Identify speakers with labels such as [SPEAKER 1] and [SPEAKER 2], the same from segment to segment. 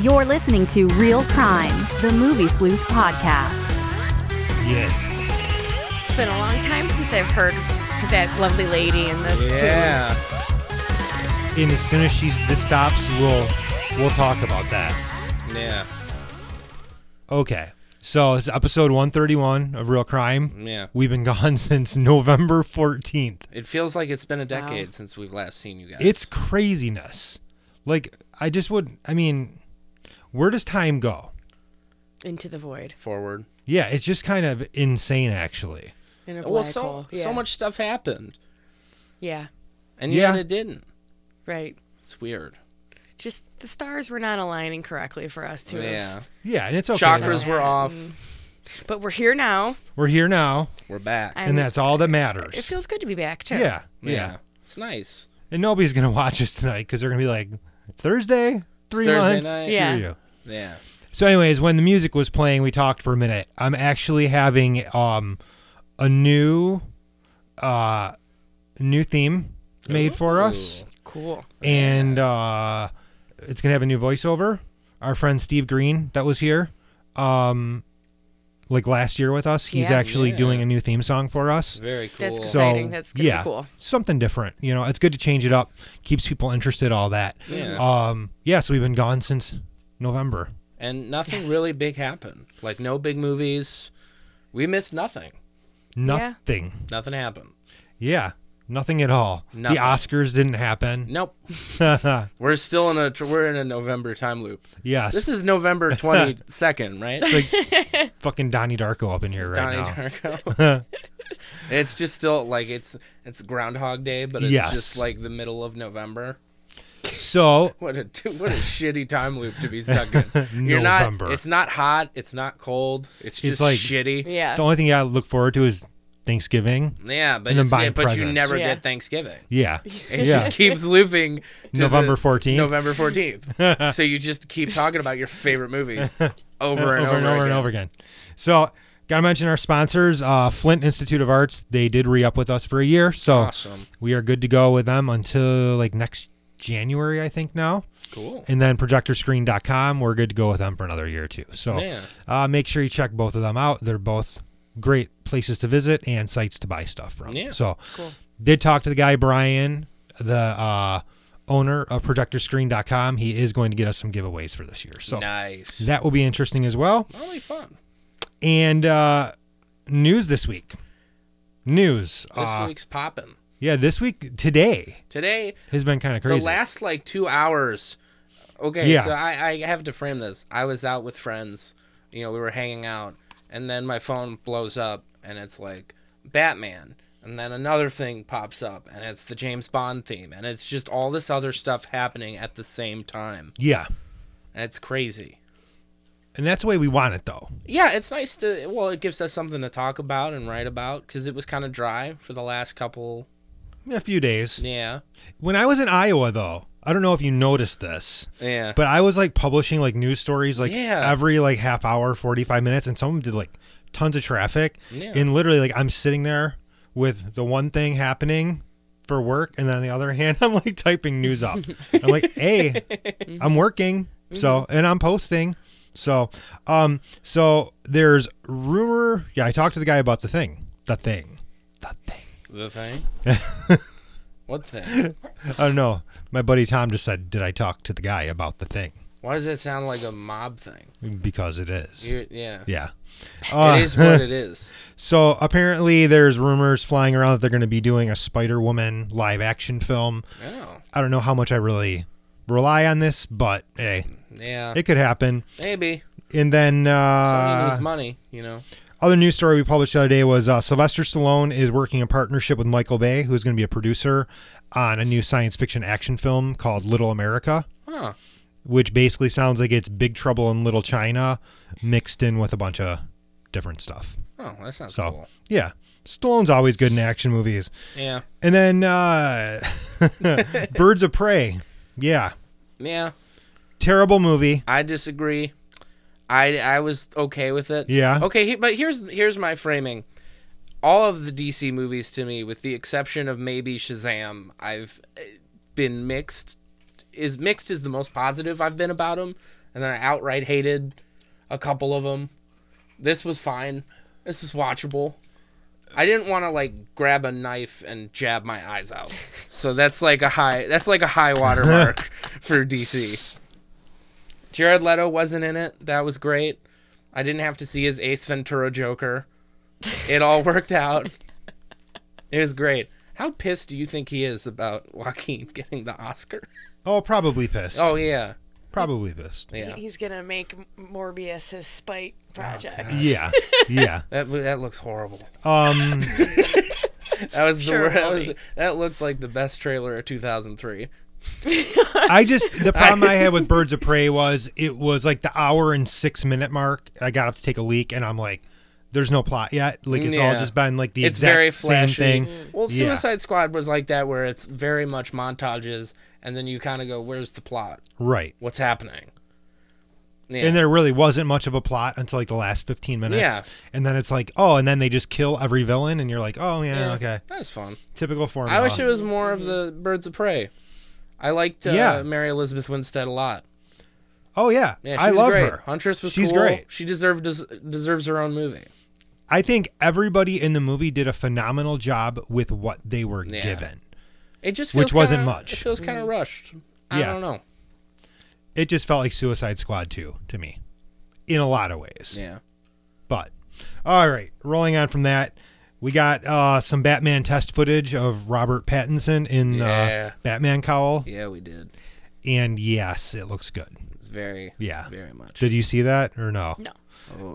[SPEAKER 1] You're listening to Real Crime, the Movie Sleuth podcast.
[SPEAKER 2] Yes.
[SPEAKER 3] It's been a long time since I've heard that lovely lady in this too.
[SPEAKER 4] Yeah.
[SPEAKER 2] And as soon as she's this stops, we'll we'll talk about that.
[SPEAKER 4] Yeah.
[SPEAKER 2] Okay. So it's episode 131 of Real Crime.
[SPEAKER 4] Yeah.
[SPEAKER 2] We've been gone since November 14th.
[SPEAKER 4] It feels like it's been a decade since we've last seen you guys.
[SPEAKER 2] It's craziness. Like I just would. I mean, where does time go?
[SPEAKER 3] Into the void.
[SPEAKER 4] forward.
[SPEAKER 2] Yeah, it's just kind of insane, actually.
[SPEAKER 3] In a black
[SPEAKER 4] Well, so
[SPEAKER 3] hole. Yeah.
[SPEAKER 4] so much stuff happened,
[SPEAKER 3] Yeah.
[SPEAKER 4] and
[SPEAKER 2] Yeah.
[SPEAKER 4] yet it didn't.
[SPEAKER 3] Right.
[SPEAKER 4] It's weird.
[SPEAKER 3] Just the stars were not aligning correctly for us to have-
[SPEAKER 4] Yeah.
[SPEAKER 2] Yeah, Mm. and it's okay.
[SPEAKER 4] Chakras were off.
[SPEAKER 3] But we're here now.
[SPEAKER 2] We're here now,
[SPEAKER 4] We're back.
[SPEAKER 3] I-
[SPEAKER 2] and that's all that matters.
[SPEAKER 3] It feels good to be back too.
[SPEAKER 2] yeah, yeah,
[SPEAKER 4] yeah. It's nice.
[SPEAKER 2] And nobody's gonna watch us tonight because they're gonna be like, "It's Thursday, three
[SPEAKER 4] Thursday
[SPEAKER 2] months."
[SPEAKER 4] night.
[SPEAKER 2] screw
[SPEAKER 3] Yeah.
[SPEAKER 2] you."
[SPEAKER 4] Yeah.
[SPEAKER 2] So, anyways, when the music was playing, we talked for a minute. I'm actually having um a new uh new theme made for us,
[SPEAKER 3] Cool.
[SPEAKER 2] and uh it's gonna have a new voiceover. Our friend Steve Green that was here, um, like last year with us, he's
[SPEAKER 3] Yeah.
[SPEAKER 2] actually
[SPEAKER 4] Yeah.
[SPEAKER 2] doing a new theme song for us.
[SPEAKER 4] Very cool.
[SPEAKER 3] That's good.
[SPEAKER 2] So
[SPEAKER 3] exciting. That's gonna be
[SPEAKER 2] yeah,
[SPEAKER 3] cool.
[SPEAKER 2] something different. You know, it's good to change it up. Keeps people interested. All that.
[SPEAKER 4] Yeah.
[SPEAKER 2] Um. Yeah. So we've been gone since November.
[SPEAKER 4] and nothing really big happened. Like no big movies. We missed nothing.
[SPEAKER 2] Nothing.
[SPEAKER 4] Nothing happened.
[SPEAKER 2] Yeah. Nothing at all.
[SPEAKER 4] Nothing.
[SPEAKER 2] The Oscars didn't happen.
[SPEAKER 4] Nope. we're still in a tr- we're in a November time loop.
[SPEAKER 2] Yes.
[SPEAKER 4] This is November twenty second, right?
[SPEAKER 2] fucking Donnie Darko up in here right
[SPEAKER 4] Donnie
[SPEAKER 2] now.
[SPEAKER 4] Darko. it's just still like it's it's Groundhog Day, but it's
[SPEAKER 2] Yes.
[SPEAKER 4] just like the middle of November.
[SPEAKER 2] so
[SPEAKER 4] What a what a shitty time loop to be stuck in. You're
[SPEAKER 2] November.
[SPEAKER 4] not. It's not hot. It's not cold. It's just
[SPEAKER 2] like-
[SPEAKER 4] shitty.
[SPEAKER 3] Yeah.
[SPEAKER 2] the only thing I look forward to is Thanksgiving.
[SPEAKER 4] Yeah, but
[SPEAKER 2] And then
[SPEAKER 4] it's,
[SPEAKER 2] buying
[SPEAKER 4] yeah, but you
[SPEAKER 2] presents.
[SPEAKER 4] never
[SPEAKER 3] Yeah.
[SPEAKER 4] get Thanksgiving.
[SPEAKER 2] Yeah.
[SPEAKER 4] It
[SPEAKER 2] Yeah.
[SPEAKER 4] just keeps looping. to the-
[SPEAKER 2] November 14th.
[SPEAKER 4] November fourteenth. so you just keep talking about your favorite movies over and over,
[SPEAKER 2] and over and over again. So. Gotta mention our sponsors, uh, Flint Institute of Arts. They did re up with us for a year, so
[SPEAKER 4] Awesome.
[SPEAKER 2] we are good to go with them until like next January, I think now.
[SPEAKER 4] Cool.
[SPEAKER 2] And then projectorscreen.com, we're good to go with them for another year or two. So
[SPEAKER 4] Yeah.
[SPEAKER 2] uh, make sure you check both of them out. They're both great places to visit and sites to buy stuff from.
[SPEAKER 4] Yeah.
[SPEAKER 2] So did talk to the guy, Brian, the uh, owner of projectorscreen.com. He is going to get us some giveaways for this year. So
[SPEAKER 4] Nice.
[SPEAKER 2] that will be interesting as well.
[SPEAKER 4] Really fun.
[SPEAKER 2] And uh, news this week. News.
[SPEAKER 4] This
[SPEAKER 2] Uh,
[SPEAKER 4] week's poppin'.
[SPEAKER 2] yeah, this week, today,
[SPEAKER 4] Today,
[SPEAKER 2] has been kind of crazy.
[SPEAKER 4] the last like two hours. Okay,
[SPEAKER 2] Yeah.
[SPEAKER 4] so I, I have to frame this. I was out with friends. You know, we were hanging out, and then my phone blows up, and it's like Batman. And then another thing pops up, and it's the James Bond theme, and it's just all this other stuff happening at the same time.
[SPEAKER 2] yeah.
[SPEAKER 4] And it's crazy.
[SPEAKER 2] And that's the way we want it, though.
[SPEAKER 4] Yeah, it's nice to. Well, it gives us something to talk about and write about because it was kind of dry for the last couple.
[SPEAKER 2] A few days.
[SPEAKER 4] Yeah.
[SPEAKER 2] When I was in Iowa, though, I don't know if you noticed this,
[SPEAKER 4] Yeah.
[SPEAKER 2] but I was like publishing like news stories like
[SPEAKER 4] Yeah.
[SPEAKER 2] every like half hour, 45 minutes, and some of them did like tons of traffic.
[SPEAKER 4] Yeah.
[SPEAKER 2] And literally, like, I'm sitting there with the one thing happening for work, and then on the other hand, I'm like typing news up. I'm like, hey, I'm working. So, and I'm posting. So, um, so there's rumor. Yeah, I talked to the guy about the thing. The thing. The thing.
[SPEAKER 4] The thing? what thing?
[SPEAKER 2] I don't know. Oh, My buddy Tom just said, "Did I talk to the guy about the thing?"
[SPEAKER 4] Why does it sound like a mob thing?
[SPEAKER 2] Because it is.
[SPEAKER 4] you yeah.
[SPEAKER 2] Yeah. Ah.
[SPEAKER 4] It is what it is.
[SPEAKER 2] So apparently, there's rumors flying around that they're going to be doing a Spider Woman live action film.
[SPEAKER 4] Oh,
[SPEAKER 2] I don't know how much I really rely on this, but hey,
[SPEAKER 4] yeah.
[SPEAKER 2] it could happen.
[SPEAKER 4] Maybe.
[SPEAKER 2] And then
[SPEAKER 4] Sony
[SPEAKER 2] uh,
[SPEAKER 4] needs money, you know?
[SPEAKER 2] other news story we published the other day was uh, Sylvester Stallone is working in partnership with Michael Bay, who's going to be a producer on a new science fiction action film called Little America.
[SPEAKER 4] Huh.
[SPEAKER 2] which basically sounds like it's Big Trouble in Little China mixed in with a bunch of different stuff.
[SPEAKER 4] Oh, that sounds
[SPEAKER 2] So,
[SPEAKER 4] cool.
[SPEAKER 2] yeah. Stallone's always good in action movies.
[SPEAKER 4] Yeah.
[SPEAKER 2] And then uh, Birds of Prey. Yeah.
[SPEAKER 4] Yeah.
[SPEAKER 2] Terrible movie.
[SPEAKER 4] I disagree. I I was okay with it.
[SPEAKER 2] Yeah.
[SPEAKER 4] Okay, he, but here's here's my framing. All of the DC movies to me, with the exception of maybe Shazam, I've eh, been mixed. Is mixed is the most positive I've been about them, and then I outright hated a couple of them. This was fine. This was watchable. I didn't want to like grab a knife and jab my eyes out. So that's like a high that's like a high watermark for DC. Jared Leto wasn't in it. That was great. I didn't have to see his Ace Ventura Joker. It all worked out. It was great. How pissed do you think he is about Joaquin getting the Oscar?
[SPEAKER 2] Oh, probably pissed.
[SPEAKER 4] Oh yeah.
[SPEAKER 2] probably pissed.
[SPEAKER 4] Yeah.
[SPEAKER 5] He's gonna make Morbius his spite project.
[SPEAKER 2] Yeah, yeah.
[SPEAKER 4] That that looks horrible.
[SPEAKER 2] Um,
[SPEAKER 4] That was
[SPEAKER 5] Sure,
[SPEAKER 4] the that,
[SPEAKER 5] Bobby.
[SPEAKER 4] was, that looked like the best trailer of 2003.
[SPEAKER 2] I just the problem I had with Birds of Prey was it was like the hour and six minute mark. I got up to take a leak, and I'm like, "There's no plot yet. Like it's all
[SPEAKER 4] Yeah.
[SPEAKER 2] just been like the
[SPEAKER 4] It's
[SPEAKER 2] exact
[SPEAKER 4] very
[SPEAKER 2] same
[SPEAKER 4] flashy. Mm.
[SPEAKER 2] thing."
[SPEAKER 4] Well,
[SPEAKER 2] Yeah.
[SPEAKER 4] Suicide Squad was like that where it's very much montages and then you kind of go where's the plot?
[SPEAKER 2] Right.
[SPEAKER 4] What's happening? Yeah.
[SPEAKER 2] And there really wasn't much of a plot until like the last 15 minutes.
[SPEAKER 4] Yeah.
[SPEAKER 2] And then it's like, oh, and then they just kill every villain, and you're like, oh, yeah,
[SPEAKER 4] Yeah,
[SPEAKER 2] okay.
[SPEAKER 4] That was fun.
[SPEAKER 2] Typical formula.
[SPEAKER 4] I wish it was more of the Birds of Prey. I liked uh,
[SPEAKER 2] Yeah.
[SPEAKER 4] Mary Elizabeth Winstead a lot.
[SPEAKER 2] Oh, yeah.
[SPEAKER 4] Yeah, she
[SPEAKER 2] I
[SPEAKER 4] was
[SPEAKER 2] love
[SPEAKER 4] great.
[SPEAKER 2] her.
[SPEAKER 4] Huntress was
[SPEAKER 2] She's
[SPEAKER 4] cool.
[SPEAKER 2] great.
[SPEAKER 4] She deserved des- deserves her own movie.
[SPEAKER 2] I think everybody in the movie did a phenomenal job with what they were
[SPEAKER 4] Yeah.
[SPEAKER 2] given.
[SPEAKER 4] It just feels
[SPEAKER 2] Which wasn't
[SPEAKER 4] kinda-
[SPEAKER 2] much.
[SPEAKER 4] It feels kind of rushed. I
[SPEAKER 2] Yeah.
[SPEAKER 4] don't know.
[SPEAKER 2] It just felt like Suicide Squad 2 to me in a lot of ways.
[SPEAKER 4] Yeah.
[SPEAKER 2] But all right, rolling on from that, we got uh, some Batman test footage of Robert Pattinson in
[SPEAKER 4] Yeah.
[SPEAKER 2] uh, Batman cowl.
[SPEAKER 4] Yeah, we did.
[SPEAKER 2] And yes, it looks good.
[SPEAKER 4] It's very
[SPEAKER 2] Yeah.
[SPEAKER 4] very much. Oh.
[SPEAKER 2] Did you see that or no?
[SPEAKER 5] No.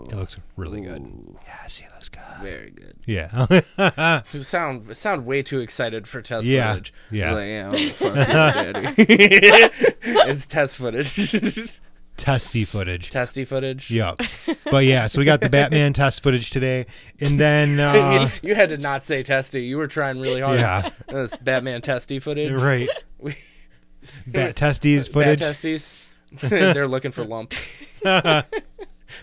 [SPEAKER 2] It looks really good. Yes, he looks good.
[SPEAKER 4] very good.
[SPEAKER 2] Yeah.
[SPEAKER 4] You sound sound way too excited for test
[SPEAKER 2] Yeah,
[SPEAKER 4] footage.
[SPEAKER 2] yeah.
[SPEAKER 4] Like, yeah. I'm gonna fuck you, daddy. it's test footage.
[SPEAKER 2] Testy footage.
[SPEAKER 4] Testy footage.
[SPEAKER 2] Yep. But yeah, so we got the Batman test footage today. And then, uh,
[SPEAKER 4] you had to not say testy. You were trying really hard.
[SPEAKER 2] Yeah.
[SPEAKER 4] This Batman testy footage.
[SPEAKER 2] right.
[SPEAKER 4] We-
[SPEAKER 2] Bat testes
[SPEAKER 4] Bat
[SPEAKER 2] footage.
[SPEAKER 4] testes. They're looking for lumps. Bat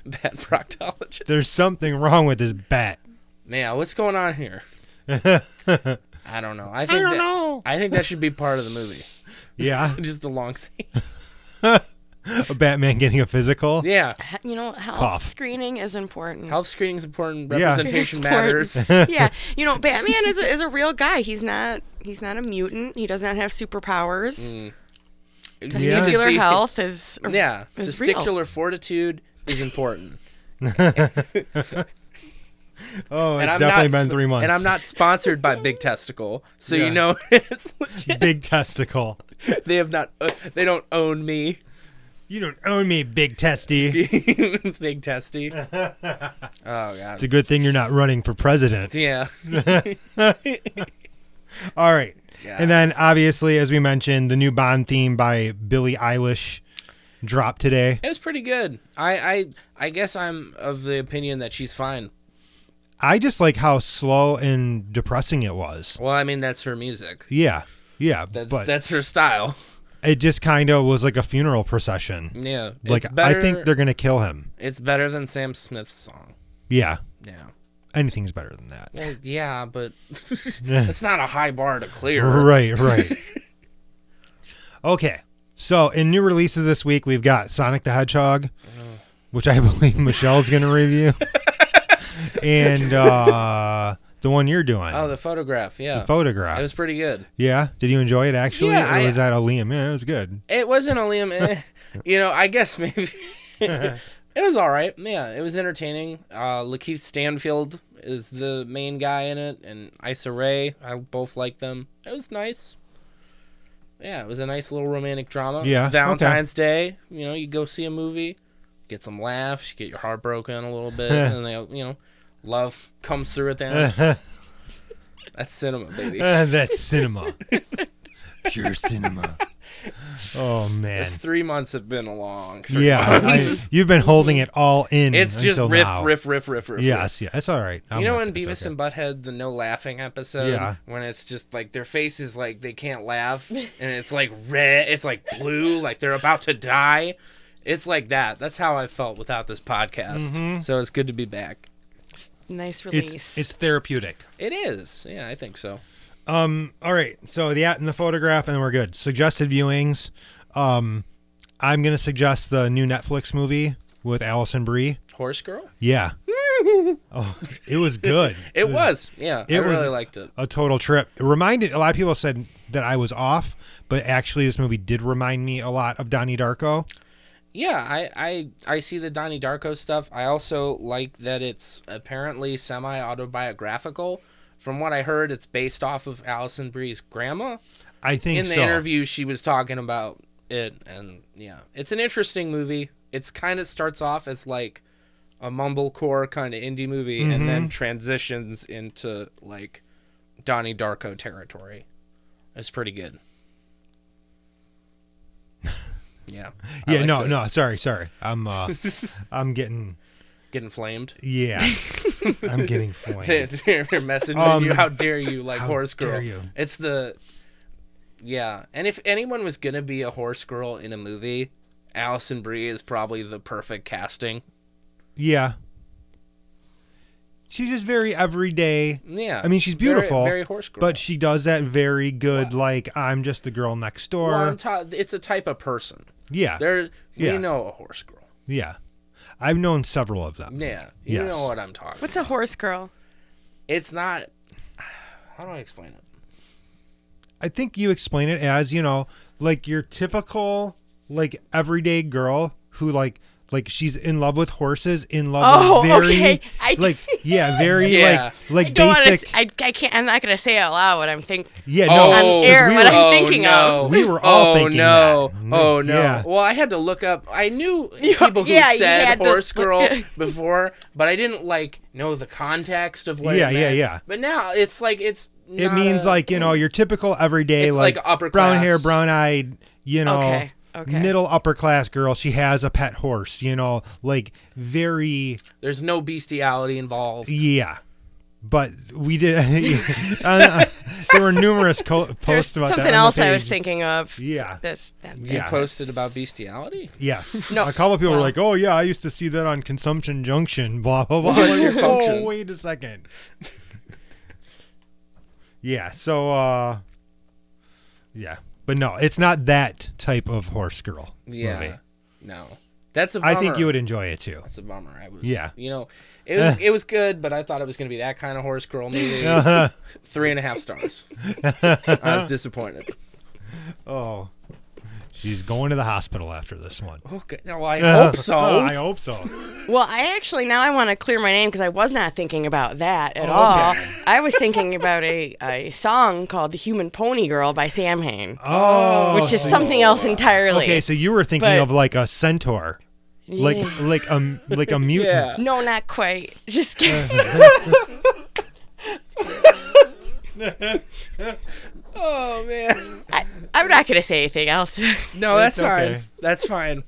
[SPEAKER 4] proctologist.
[SPEAKER 2] There's something wrong with this bat.
[SPEAKER 4] Now, what's going on here? I don't know. I think that, I think that should be part of the movie.
[SPEAKER 2] Yeah.
[SPEAKER 4] Just a long scene.
[SPEAKER 2] A Batman getting a physical.
[SPEAKER 4] Yeah.
[SPEAKER 5] H- You know, health
[SPEAKER 2] Cough.
[SPEAKER 5] screening is important.
[SPEAKER 4] Health screening is important.
[SPEAKER 2] Yeah.
[SPEAKER 4] Representation matters.
[SPEAKER 5] yeah, you know, Batman is a, is a real guy. He's not he's not a mutant. He does not have superpowers.
[SPEAKER 4] Mm. You need to
[SPEAKER 5] Testicular
[SPEAKER 4] see-
[SPEAKER 5] health is
[SPEAKER 4] Yeah.
[SPEAKER 5] is real.
[SPEAKER 4] Testicular fortitude is important.
[SPEAKER 2] Oh, it's
[SPEAKER 4] and I'm
[SPEAKER 2] definitely
[SPEAKER 4] not
[SPEAKER 2] been
[SPEAKER 4] sp-
[SPEAKER 2] three months.
[SPEAKER 4] And I'm not sponsored by Big Testicle, so
[SPEAKER 2] Yeah.
[SPEAKER 4] you know it's legit.
[SPEAKER 2] Big testicle.
[SPEAKER 4] They have not. Uh, they don't own me.
[SPEAKER 2] You don't own me, Big Testy.
[SPEAKER 4] Big Testy. Oh God.
[SPEAKER 2] It's a good thing you're not running for president.
[SPEAKER 4] Yeah.
[SPEAKER 2] All right.
[SPEAKER 4] Yeah.
[SPEAKER 2] And then, obviously, as we mentioned, the new Bond theme by Billie Eilish dropped today.
[SPEAKER 4] It was pretty good. I, I I guess I'm of the opinion that she's fine.
[SPEAKER 2] I just like how slow and depressing it was.
[SPEAKER 4] Well, I mean that's her music.
[SPEAKER 2] Yeah. Yeah.
[SPEAKER 4] That's
[SPEAKER 2] but
[SPEAKER 4] that's her style.
[SPEAKER 2] it just kind of was like a funeral procession.
[SPEAKER 4] Yeah.
[SPEAKER 2] Like,
[SPEAKER 4] it's better,
[SPEAKER 2] I think they're going to kill him.
[SPEAKER 4] it's better than Sam Smith's song.
[SPEAKER 2] Yeah.
[SPEAKER 4] Yeah.
[SPEAKER 2] Anything's better than that.
[SPEAKER 4] Well, yeah, but it's not a high bar to clear.
[SPEAKER 2] Right, right. okay. So, in new releases this week, we've got Sonic the Hedgehog, which I believe Michelle's going to review, and uh, the one you're doing,
[SPEAKER 4] Oh, the photograph. Yeah.
[SPEAKER 2] Photograph.
[SPEAKER 4] It was pretty good.
[SPEAKER 2] yeah. Did you enjoy it actually?
[SPEAKER 4] Yeah,
[SPEAKER 2] or
[SPEAKER 4] I-
[SPEAKER 2] was that a Liam? Yeah, it was good.
[SPEAKER 4] It wasn't a Liam. eh, you know, I guess maybe it was all right. Yeah, it was entertaining. Uh, Lakeith Stanfield is the main guy in it, and Issa Rae. I both like them. It was nice. Yeah, it was a nice little romantic drama.
[SPEAKER 2] Yeah, okay.
[SPEAKER 4] it's Valentine's Day. You know, you go see a movie, get some laughs, you get your heart broken a little bit, and they, you know, love comes through at the end. That's cinema, baby.
[SPEAKER 2] Uh, that's cinema. Pure cinema. Oh, man.
[SPEAKER 4] Those three months have been a long. Three
[SPEAKER 2] Yeah. I- you've been holding it all in.
[SPEAKER 4] It's just
[SPEAKER 2] until
[SPEAKER 4] riff,
[SPEAKER 2] now.
[SPEAKER 4] riff, riff, riff, riff.
[SPEAKER 2] Yes, yeah. It's all right. I'm
[SPEAKER 4] you know
[SPEAKER 2] with it,
[SPEAKER 4] in
[SPEAKER 2] it's
[SPEAKER 4] Beavis
[SPEAKER 2] okay.
[SPEAKER 4] and Butthead, the no laughing episode,
[SPEAKER 2] Yeah.
[SPEAKER 4] when it's just like their face is like they can't laugh, and it's like red, it's like blue, like they're about to die. It's like that. That's how I felt without this podcast.
[SPEAKER 2] Mm-hmm.
[SPEAKER 4] So it's good to be back.
[SPEAKER 5] nice release.
[SPEAKER 2] It's, it's therapeutic.
[SPEAKER 4] It is. Yeah, I think so.
[SPEAKER 2] All right, so the at and the photograph, and we're good. Suggested viewings. Um, I'm gonna suggest the new Netflix movie with Allison Brie.
[SPEAKER 4] Horse Girl?
[SPEAKER 2] Yeah. oh, it was good.
[SPEAKER 4] It was. Yeah. I
[SPEAKER 2] it was-
[SPEAKER 4] really liked it.
[SPEAKER 2] a total trip. It reminded a lot of people said that I was off, but actually this movie did remind me a lot of Donnie Darko.
[SPEAKER 4] Yeah, I, I I see the Donnie Darko stuff. I also like that it's apparently semi autobiographical. From what I heard, it's based off of Allison Brie's grandma.
[SPEAKER 2] I think
[SPEAKER 4] In the
[SPEAKER 2] so.
[SPEAKER 4] interview, she was talking about it, and yeah, it's an interesting movie. It's kind of starts off as like a mumblecore kind of indie movie,
[SPEAKER 2] Mm-hmm.
[SPEAKER 4] and then transitions into like Donnie Darko territory. It's pretty good. yeah. I
[SPEAKER 2] yeah,
[SPEAKER 4] liked
[SPEAKER 2] no,
[SPEAKER 4] it.
[SPEAKER 2] no, sorry, sorry. I'm uh I'm getting
[SPEAKER 4] Getting flamed.
[SPEAKER 2] yeah. I'm getting
[SPEAKER 4] they're,
[SPEAKER 2] flamed.
[SPEAKER 4] they're messaging
[SPEAKER 2] Um,
[SPEAKER 4] you. How dare you, like
[SPEAKER 2] how
[SPEAKER 4] horse girl?
[SPEAKER 2] dare you.
[SPEAKER 4] It's the yeah. And if anyone was gonna be a horse girl in a movie, Allison Brie is probably the perfect casting.
[SPEAKER 2] Yeah. She's just very everyday.
[SPEAKER 4] Yeah,
[SPEAKER 2] I mean, she's
[SPEAKER 4] very-
[SPEAKER 2] beautiful.
[SPEAKER 4] very horse girl.
[SPEAKER 2] But she does that very good like I'm just the girl next door.
[SPEAKER 4] Well, I'm ta- it's a type of person.
[SPEAKER 2] yeah.
[SPEAKER 4] There,
[SPEAKER 2] Ah, Yeah.
[SPEAKER 4] we know a horse girl.
[SPEAKER 2] Yeah. I've known several of them.
[SPEAKER 4] Yeah, you
[SPEAKER 2] Yes.
[SPEAKER 4] know what I'm talking.
[SPEAKER 5] What's a horse girl?
[SPEAKER 4] It's not. How do I explain it?
[SPEAKER 2] I think you explain it as, you know, like your typical like everyday girl who like like she's in love with horses, in love
[SPEAKER 5] Oh,
[SPEAKER 2] with very
[SPEAKER 5] okay. I-
[SPEAKER 2] like yeah, very
[SPEAKER 4] Yeah.
[SPEAKER 2] like like
[SPEAKER 5] Don't wanna
[SPEAKER 2] basic.
[SPEAKER 5] s- I, I can't. I'm not gonna say out loud what I'm thinking.
[SPEAKER 2] yeah, no.
[SPEAKER 5] Oh,
[SPEAKER 2] because
[SPEAKER 5] air,
[SPEAKER 2] we
[SPEAKER 5] what
[SPEAKER 2] were-
[SPEAKER 5] I- I'm thinking
[SPEAKER 4] no.
[SPEAKER 5] of.
[SPEAKER 2] We were all
[SPEAKER 4] oh,
[SPEAKER 2] thinking
[SPEAKER 4] no.
[SPEAKER 2] that. Mm,
[SPEAKER 4] Oh no.
[SPEAKER 2] Yeah.
[SPEAKER 4] Well, I had to look up. I knew people who
[SPEAKER 5] yeah, you
[SPEAKER 4] said
[SPEAKER 5] had to
[SPEAKER 4] horse
[SPEAKER 5] look-
[SPEAKER 4] girl before, but I didn't like know the context of what. it
[SPEAKER 2] Yeah, yeah,
[SPEAKER 4] meant.
[SPEAKER 2] yeah.
[SPEAKER 4] But now it's like it's.
[SPEAKER 2] it
[SPEAKER 4] not
[SPEAKER 2] means
[SPEAKER 4] a-
[SPEAKER 2] like, you know, your typical everyday
[SPEAKER 4] It's
[SPEAKER 2] like,
[SPEAKER 4] like upper
[SPEAKER 2] brown hair,
[SPEAKER 4] class.
[SPEAKER 2] brown eyed, you know,
[SPEAKER 5] Okay, okay.
[SPEAKER 2] middle upper class girl. She has a pet horse, you know, like very
[SPEAKER 4] there's no bestiality involved.
[SPEAKER 2] Yeah, but we did. I don't know. there were numerous co-
[SPEAKER 5] There's
[SPEAKER 2] posts about that
[SPEAKER 5] something
[SPEAKER 2] on the
[SPEAKER 5] else I was
[SPEAKER 2] page.
[SPEAKER 5] thinking of.
[SPEAKER 2] Yeah,
[SPEAKER 5] That's that's
[SPEAKER 4] You
[SPEAKER 2] yeah,
[SPEAKER 4] posted about bestiality.
[SPEAKER 2] yes.
[SPEAKER 5] No.
[SPEAKER 2] A couple of people were
[SPEAKER 5] Well.
[SPEAKER 2] like, "Oh yeah, I used to see that on Consumption Junction." Blah blah blah. I'm
[SPEAKER 4] What's
[SPEAKER 2] like,
[SPEAKER 4] your function?
[SPEAKER 2] Oh wait a second. yeah. So, uh yeah, but no, it's not that type of horse girl
[SPEAKER 4] Yeah.
[SPEAKER 2] movie.
[SPEAKER 4] No, that's a. Bummer.
[SPEAKER 2] I think you would enjoy it too.
[SPEAKER 4] That's a bummer. I was.
[SPEAKER 2] Yeah. Eh.
[SPEAKER 4] You know, it was it was good, but I thought it was gonna be that kind of horse girl movie.
[SPEAKER 2] Uh-huh.
[SPEAKER 4] Three and a half stars. I was disappointed.
[SPEAKER 2] Oh, she's going to the hospital after this one.
[SPEAKER 4] Okay. Well, Oh, I hope so.
[SPEAKER 2] Oh, I hope so.
[SPEAKER 5] Well, I actually now I want to clear my name because I was not thinking about that
[SPEAKER 2] Oh,
[SPEAKER 5] at all. I was thinking about a, a song called "The Human Pony Girl" by Sam Hain,
[SPEAKER 2] Oh,
[SPEAKER 5] which is something else entirely.
[SPEAKER 2] Okay, so you were thinking
[SPEAKER 5] But-
[SPEAKER 2] of like a centaur, like like a like a
[SPEAKER 4] Yeah.
[SPEAKER 2] mutant.
[SPEAKER 5] no, not quite. Just kidding.
[SPEAKER 4] Oh man.
[SPEAKER 5] I, I'm not gonna say anything else.
[SPEAKER 4] No, that's
[SPEAKER 2] It's okay.
[SPEAKER 4] fine. That's fine.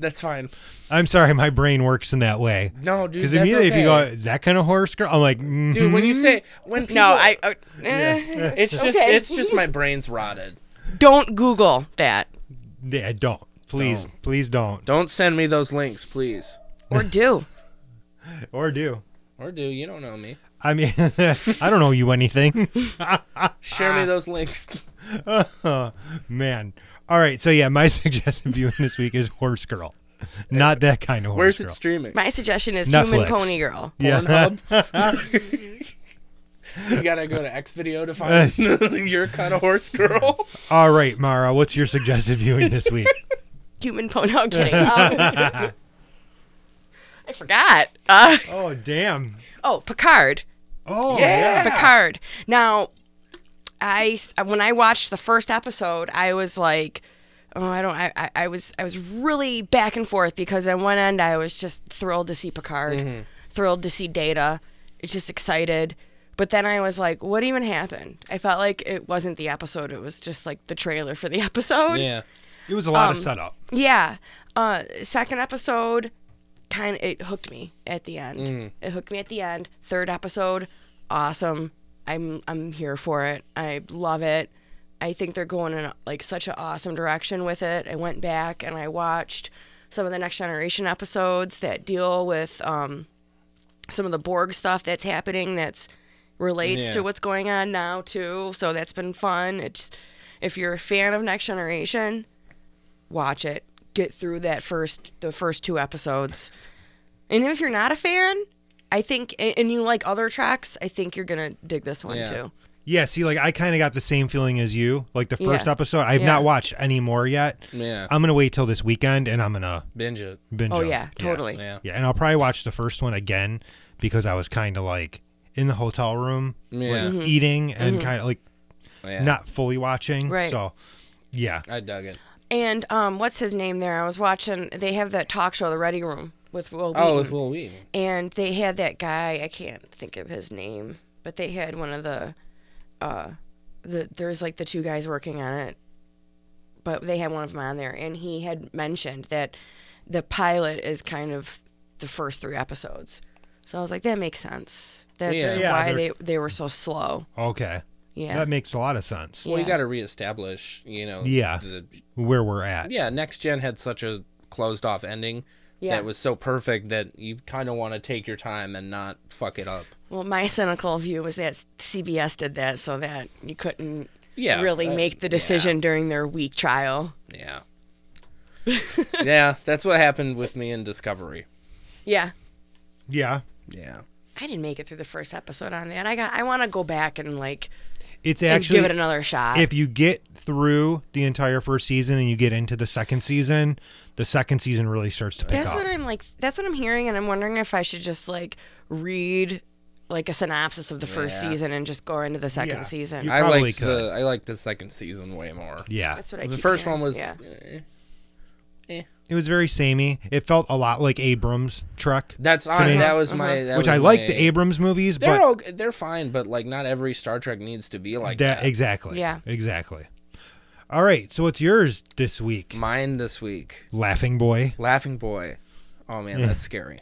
[SPEAKER 4] That's fine.
[SPEAKER 2] I'm sorry, my brain works in that way.
[SPEAKER 4] No, dude.
[SPEAKER 2] Because
[SPEAKER 4] that's
[SPEAKER 2] immediately if you
[SPEAKER 4] okay.
[SPEAKER 2] go that kind of horse girl, I'm like, mm,
[SPEAKER 4] dude, when you say when people,
[SPEAKER 5] Mm-hmm. no, I uh, eh,
[SPEAKER 4] it's just
[SPEAKER 5] Okay.
[SPEAKER 4] it's just my brain's rotted.
[SPEAKER 5] don't Google that
[SPEAKER 2] yeah, don't, please, please don't,
[SPEAKER 4] Don't send me those links, please.
[SPEAKER 5] or do.
[SPEAKER 2] or do.
[SPEAKER 4] Or do you don't know me?
[SPEAKER 2] I mean, I don't owe you anything,
[SPEAKER 4] Share
[SPEAKER 5] Ah.
[SPEAKER 4] me those links.
[SPEAKER 2] man. All right, so yeah, my suggested viewing this week is horse girl, not that kind of horse
[SPEAKER 4] Where's
[SPEAKER 2] girl.
[SPEAKER 4] it streaming?
[SPEAKER 5] My suggestion is
[SPEAKER 2] Netflix.
[SPEAKER 5] "Human Pony Girl."
[SPEAKER 2] yeah,
[SPEAKER 4] You gotta go to X video to find your kind of horse girl.
[SPEAKER 2] all right, Mara, what's your suggested viewing this week?
[SPEAKER 5] Human Pony. No, I'm kidding. Um, I forgot. Uh,
[SPEAKER 2] oh damn!
[SPEAKER 5] oh, Picard.
[SPEAKER 2] Oh
[SPEAKER 4] Yeah.
[SPEAKER 5] Picard. Now, I s- uh, when I watched the first episode, I was like, oh, I don't. I, I, I was I was really back and forth because on one end I was just thrilled to see Picard,
[SPEAKER 4] Mm-hmm.
[SPEAKER 5] thrilled to see Data, just excited. But then I was like, what even happened? I felt like it wasn't the episode. It was just like the trailer for the episode.
[SPEAKER 4] Yeah.
[SPEAKER 2] It was a lot of setup.
[SPEAKER 5] Yeah. Uh, second episode, kind of it hooked me at the end. It hooked me at the end. Third episode, awesome. I'm I'm here for it. I love it. I think they're going in like such an awesome direction with it. I went back and I watched some of the Next Generation episodes that deal with um, some of the Borg stuff that's happening that's relates
[SPEAKER 4] Yeah.
[SPEAKER 5] to what's going on now too. So that's been fun. It's if you're a fan of Next Generation, watch it. get through that first the first two episodes. And if you're not a fan, I think and and you like other tracks, I think you're gonna dig this one
[SPEAKER 4] Yeah.
[SPEAKER 5] too.
[SPEAKER 2] Yeah, see, like I kind of got the same feeling as you. Like the first
[SPEAKER 5] Yeah.
[SPEAKER 2] episode, I've
[SPEAKER 5] Yeah.
[SPEAKER 2] not watched any more yet.
[SPEAKER 4] Yeah.
[SPEAKER 2] I'm gonna wait till this weekend, and I'm gonna
[SPEAKER 4] binge it.
[SPEAKER 2] binge.
[SPEAKER 5] Oh
[SPEAKER 2] 'em.
[SPEAKER 5] yeah, totally.
[SPEAKER 4] Yeah.
[SPEAKER 2] Yeah, and I'll probably watch the first one again because I was kind of like in the hotel room,
[SPEAKER 4] Yeah.
[SPEAKER 5] Mm-hmm.
[SPEAKER 2] like, eating and kind of like
[SPEAKER 4] Yeah.
[SPEAKER 2] not fully watching.
[SPEAKER 5] Right.
[SPEAKER 2] So, yeah,
[SPEAKER 4] I dug it.
[SPEAKER 5] And um, what's his name there? I was watching. They have that talk show, The Ready Room, with Will. Wheaton.
[SPEAKER 4] Oh, with Will Wheaton.
[SPEAKER 5] and they had that guy. I can't think of his name, but they had one of the, uh, the there's like the two guys working on it, but they had one of them on there, and he had mentioned that the pilot is kind of the first three episodes. So I was like, that makes sense. That's
[SPEAKER 4] Yeah.
[SPEAKER 2] Yeah,
[SPEAKER 5] why they
[SPEAKER 2] they're-
[SPEAKER 5] they were so slow.
[SPEAKER 2] okay,
[SPEAKER 5] Yeah.
[SPEAKER 2] that makes a lot of sense.
[SPEAKER 4] Well, you
[SPEAKER 5] Yeah.
[SPEAKER 4] got to reestablish, you know.
[SPEAKER 2] Yeah.
[SPEAKER 4] The,
[SPEAKER 2] Where we're at.
[SPEAKER 4] yeah. Next gen had such a closed off ending
[SPEAKER 5] Yeah.
[SPEAKER 4] that was so perfect that you kind of want to take your time and not fuck it up.
[SPEAKER 5] Well, my cynical view was that CBS did that so that you couldn't
[SPEAKER 4] Yeah,
[SPEAKER 5] really
[SPEAKER 4] uh,
[SPEAKER 5] make the decision during their week trial.
[SPEAKER 4] Yeah. yeah, that's what happened with me in Discovery.
[SPEAKER 5] Yeah.
[SPEAKER 2] Yeah,
[SPEAKER 4] Yeah.
[SPEAKER 5] I didn't make it through the first episode on that. I got I want to go back and like
[SPEAKER 2] it's
[SPEAKER 5] and
[SPEAKER 2] actually
[SPEAKER 5] give it another shot.
[SPEAKER 2] if you get through the entire first season and you get into the second season, the second season really starts to pick
[SPEAKER 5] that's
[SPEAKER 2] up.
[SPEAKER 5] what I'm like that's what I'm hearing and I'm wondering if I should just like read like a synopsis of the first
[SPEAKER 4] Yeah.
[SPEAKER 5] season and just go into the second
[SPEAKER 2] Yeah.
[SPEAKER 5] season.
[SPEAKER 2] You-
[SPEAKER 4] I
[SPEAKER 2] Probably
[SPEAKER 4] liked
[SPEAKER 2] could.
[SPEAKER 4] the I liked the second season way more.
[SPEAKER 2] yeah,
[SPEAKER 5] that's what I
[SPEAKER 4] The
[SPEAKER 5] keep
[SPEAKER 4] first
[SPEAKER 5] hearing.
[SPEAKER 4] one was
[SPEAKER 5] yeah.
[SPEAKER 4] eh.
[SPEAKER 2] it was very samey. It felt a lot like Abrams' Trek,
[SPEAKER 4] That's on
[SPEAKER 2] me.
[SPEAKER 4] that was
[SPEAKER 5] Uh-huh.
[SPEAKER 4] my that
[SPEAKER 2] which
[SPEAKER 4] was
[SPEAKER 2] I like
[SPEAKER 4] my-
[SPEAKER 2] the Abrams movies,
[SPEAKER 4] They're
[SPEAKER 2] but
[SPEAKER 4] okay, they're fine, but like not every Star Trek needs to be like
[SPEAKER 2] that
[SPEAKER 4] that.
[SPEAKER 2] exactly.
[SPEAKER 5] Yeah.
[SPEAKER 2] exactly. All right, so what's yours this week,
[SPEAKER 4] Mine this week.
[SPEAKER 2] Laughing Boy?
[SPEAKER 4] Laughing Boy. Oh man, that's scary.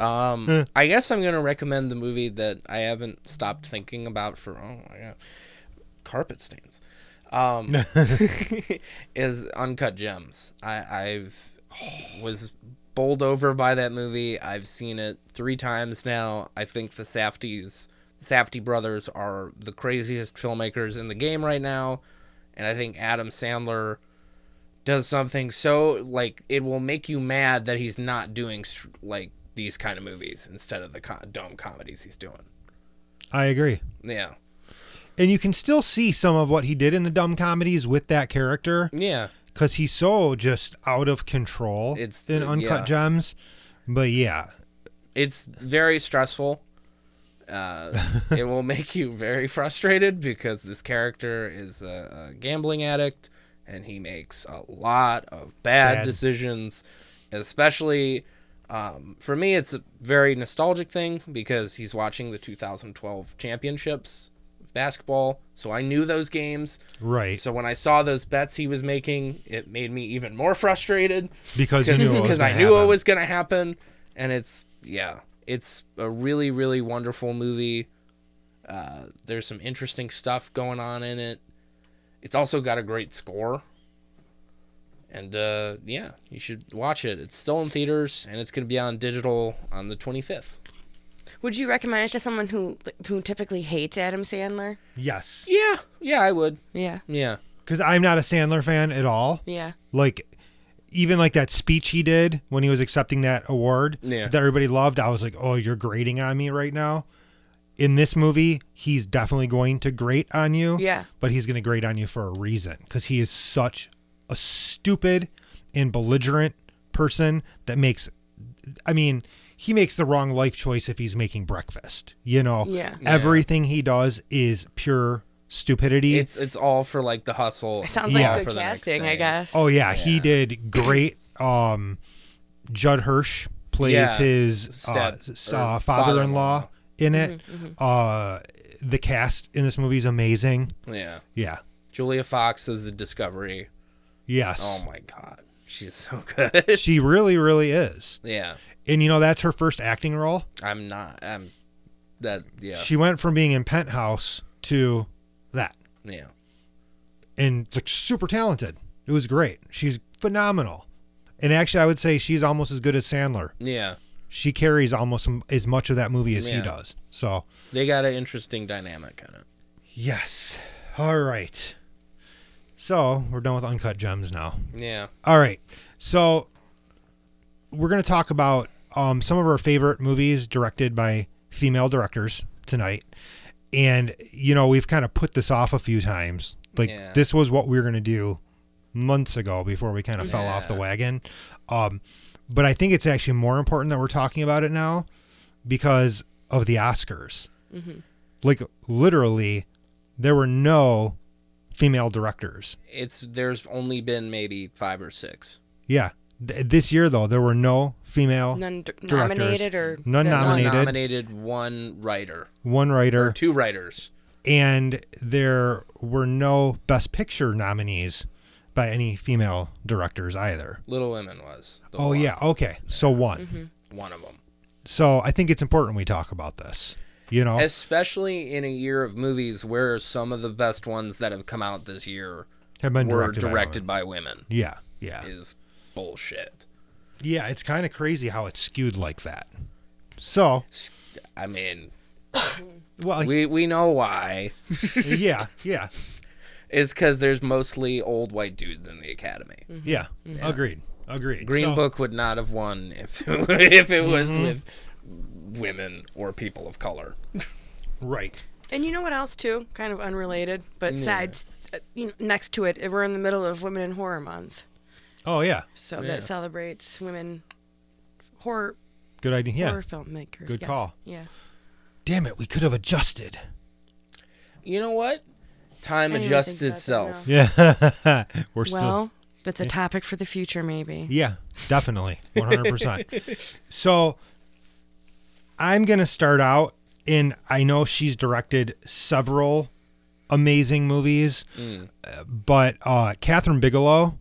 [SPEAKER 4] um, I guess I'm gonna recommend the movie that I haven't stopped thinking about for oh my god, carpet stains. Um, is Uncut Gems. I I've was bowled over by that movie. I've seen it three times now. I think the Safties, Safety brothers, are the craziest filmmakers in the game right now, and I think Adam Sandler does something so like it will make you mad that he's not doing str- like these kind of movies instead of the co- dome comedies he's doing.
[SPEAKER 2] I agree,
[SPEAKER 4] Yeah.
[SPEAKER 2] and you can still see some of what he did in the dumb comedies with that character
[SPEAKER 4] Yeah.
[SPEAKER 2] because he's so just out of control
[SPEAKER 4] It's-
[SPEAKER 2] in Uncut
[SPEAKER 4] yeah.
[SPEAKER 2] Gems. But yeah,
[SPEAKER 4] It's very stressful. Uh, it will make you very frustrated because this character is a, a gambling addict and he makes a lot of bad,
[SPEAKER 2] Bad.
[SPEAKER 4] decisions, especially. Um, for me, it's a very nostalgic thing because he's watching the 2012 championships of basketball. So I knew those games.
[SPEAKER 2] right.
[SPEAKER 4] So when I saw those bets he was making, it made me even more frustrated
[SPEAKER 2] because you knew it was
[SPEAKER 4] because I
[SPEAKER 2] gonna
[SPEAKER 4] knew it
[SPEAKER 2] happen.
[SPEAKER 4] was going to happen. And it's yeah, it's a really really wonderful movie. Uh, there's some interesting stuff going on in it. It's also got a great score. And uh, yeah, you should watch it. It's still in theaters and it's going to be on digital on the 25th.
[SPEAKER 5] Would you recommend it to someone who who typically hates Adam Sandler?
[SPEAKER 2] yes,
[SPEAKER 4] Yeah, yeah, I would.
[SPEAKER 5] Yeah.
[SPEAKER 4] Yeah.
[SPEAKER 2] because I'm not a Sandler fan at all.
[SPEAKER 5] Yeah.
[SPEAKER 2] like even like that speech he did when he was accepting that award
[SPEAKER 4] Yeah.
[SPEAKER 2] that everybody loved i was like oh you're grading on me right now in this movie he's definitely going to grate on you
[SPEAKER 5] Yeah.
[SPEAKER 2] but he's going to grate on you for a reason because he is such a stupid and belligerent person that makes i mean he makes the wrong life choice if he's making breakfast you know
[SPEAKER 5] Yeah. Yeah.
[SPEAKER 2] everything he does is pure stupidity
[SPEAKER 4] It's it's all for like the hustle.
[SPEAKER 5] It sounds
[SPEAKER 4] It's all
[SPEAKER 5] like
[SPEAKER 4] for
[SPEAKER 5] good
[SPEAKER 4] the next
[SPEAKER 5] casting, I
[SPEAKER 4] thing.
[SPEAKER 5] guess.
[SPEAKER 2] Oh yeah, he did great. Um, Judd Hirsch plays
[SPEAKER 4] Yeah.
[SPEAKER 2] his uh,
[SPEAKER 4] Step-
[SPEAKER 2] s-
[SPEAKER 4] or
[SPEAKER 2] uh, father-in-law
[SPEAKER 4] father-in-law.
[SPEAKER 2] in it. Uh, the cast in this movie is amazing.
[SPEAKER 4] Yeah.
[SPEAKER 2] Yeah.
[SPEAKER 4] Julia Fox is the discovery.
[SPEAKER 2] Yes.
[SPEAKER 4] Oh my god. She's so good.
[SPEAKER 2] She really, really is.
[SPEAKER 4] yeah.
[SPEAKER 2] And you know that's her first acting role.
[SPEAKER 4] I'm not I'm that yeah.
[SPEAKER 2] She went from being in Penthouse to that,
[SPEAKER 4] yeah.
[SPEAKER 2] and like super talented. It was great. She's phenomenal. And actually, I would say she's almost as good as Sandler.
[SPEAKER 4] Yeah.
[SPEAKER 2] She carries almost m- as much of that movie as he
[SPEAKER 4] Yeah.
[SPEAKER 2] does. So
[SPEAKER 4] They got an interesting dynamic in it.
[SPEAKER 2] Yes. All right. So we're done with uncut gems now.
[SPEAKER 4] Yeah.
[SPEAKER 2] All right. So we're going to talk about um, some of our favorite movies directed by female directors tonight. And, you know, we've kind of put this off a few times. Like,
[SPEAKER 4] Yeah.
[SPEAKER 2] this was what we were going to do months ago before we kind of fell off the wagon. Um, but I think it's actually more important that we're talking about it now because of the Oscars. Like, literally, there were no female directors.
[SPEAKER 4] It's there's only been maybe five or six.
[SPEAKER 2] Yeah. Th- this year, though, there were no female,
[SPEAKER 5] None d-
[SPEAKER 2] Directors.
[SPEAKER 5] nominated or
[SPEAKER 2] None
[SPEAKER 5] no,
[SPEAKER 2] nominated.
[SPEAKER 4] One nominated, one writer,
[SPEAKER 2] one writer,
[SPEAKER 4] two writers.
[SPEAKER 2] and there were no Best Picture nominees by any female directors either.
[SPEAKER 4] Little Women was. the
[SPEAKER 2] Oh,
[SPEAKER 4] one-
[SPEAKER 2] yeah. Okay. So one.
[SPEAKER 4] one of them.
[SPEAKER 2] So I think it's important we talk about this. You know,
[SPEAKER 4] Especially in a year of movies where some of the best ones that have come out this year
[SPEAKER 2] have been
[SPEAKER 4] were
[SPEAKER 2] directed. by
[SPEAKER 4] directed by women
[SPEAKER 2] women. yeah. Yeah.
[SPEAKER 4] is bullshit.
[SPEAKER 2] Yeah. It's kind of crazy how it's skewed like that. So,
[SPEAKER 4] I mean,
[SPEAKER 2] well,
[SPEAKER 4] we we know why.
[SPEAKER 2] yeah. Yeah.
[SPEAKER 4] It's because there's mostly old white dudes in the academy.
[SPEAKER 2] Yeah. Agreed. Agreed.
[SPEAKER 4] Green
[SPEAKER 2] So- Mm-hmm.
[SPEAKER 4] Book would not have won if if it was with women or people of color.
[SPEAKER 2] Right.
[SPEAKER 5] And you know what else too? Kind of unrelated, but sides uh, you know, next to it. eh, We're in the middle of Women in Horror Month,
[SPEAKER 2] Oh, yeah.
[SPEAKER 5] so
[SPEAKER 4] Yeah.
[SPEAKER 5] that celebrates women horror
[SPEAKER 2] Good idea. Yeah.
[SPEAKER 5] horror filmmakers.
[SPEAKER 2] Good
[SPEAKER 5] yes.
[SPEAKER 2] call.
[SPEAKER 5] Yeah.
[SPEAKER 2] Damn it. We could have adjusted.
[SPEAKER 4] You know what? Time
[SPEAKER 5] I didn't even
[SPEAKER 4] adjusts
[SPEAKER 5] think about that,
[SPEAKER 4] itself.
[SPEAKER 5] no.
[SPEAKER 2] Yeah. we're still.
[SPEAKER 5] Well, that's a topic for the future, maybe.
[SPEAKER 2] Yeah, definitely. 100%. so I'm going to start out, and I know she's directed several amazing movies, uh, but uh, Catherine Bigelow,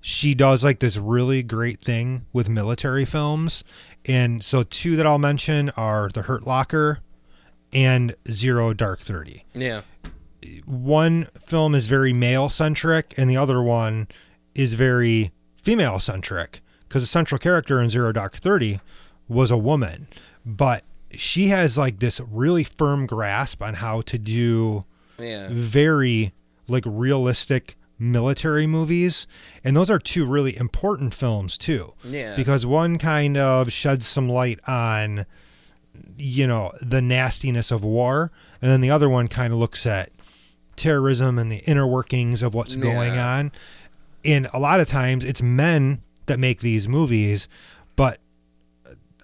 [SPEAKER 2] she does like this really great thing with military films. And so, two that I'll mention are The Hurt Locker and Zero Dark 30
[SPEAKER 4] Yeah.
[SPEAKER 2] one film is very male centric and the other one is very female centric because the central character in Zero Dark 30 was a woman. But she has like this really firm grasp on how to do
[SPEAKER 4] Yeah.
[SPEAKER 2] very like realistic military movies and those are two really important films too
[SPEAKER 4] Yeah.
[SPEAKER 2] because one kind of sheds some light on you know the nastiness of war and then the other one kind of looks at terrorism and the inner workings of what's going
[SPEAKER 4] Yeah.
[SPEAKER 2] on and a lot of times it's men that make these movies but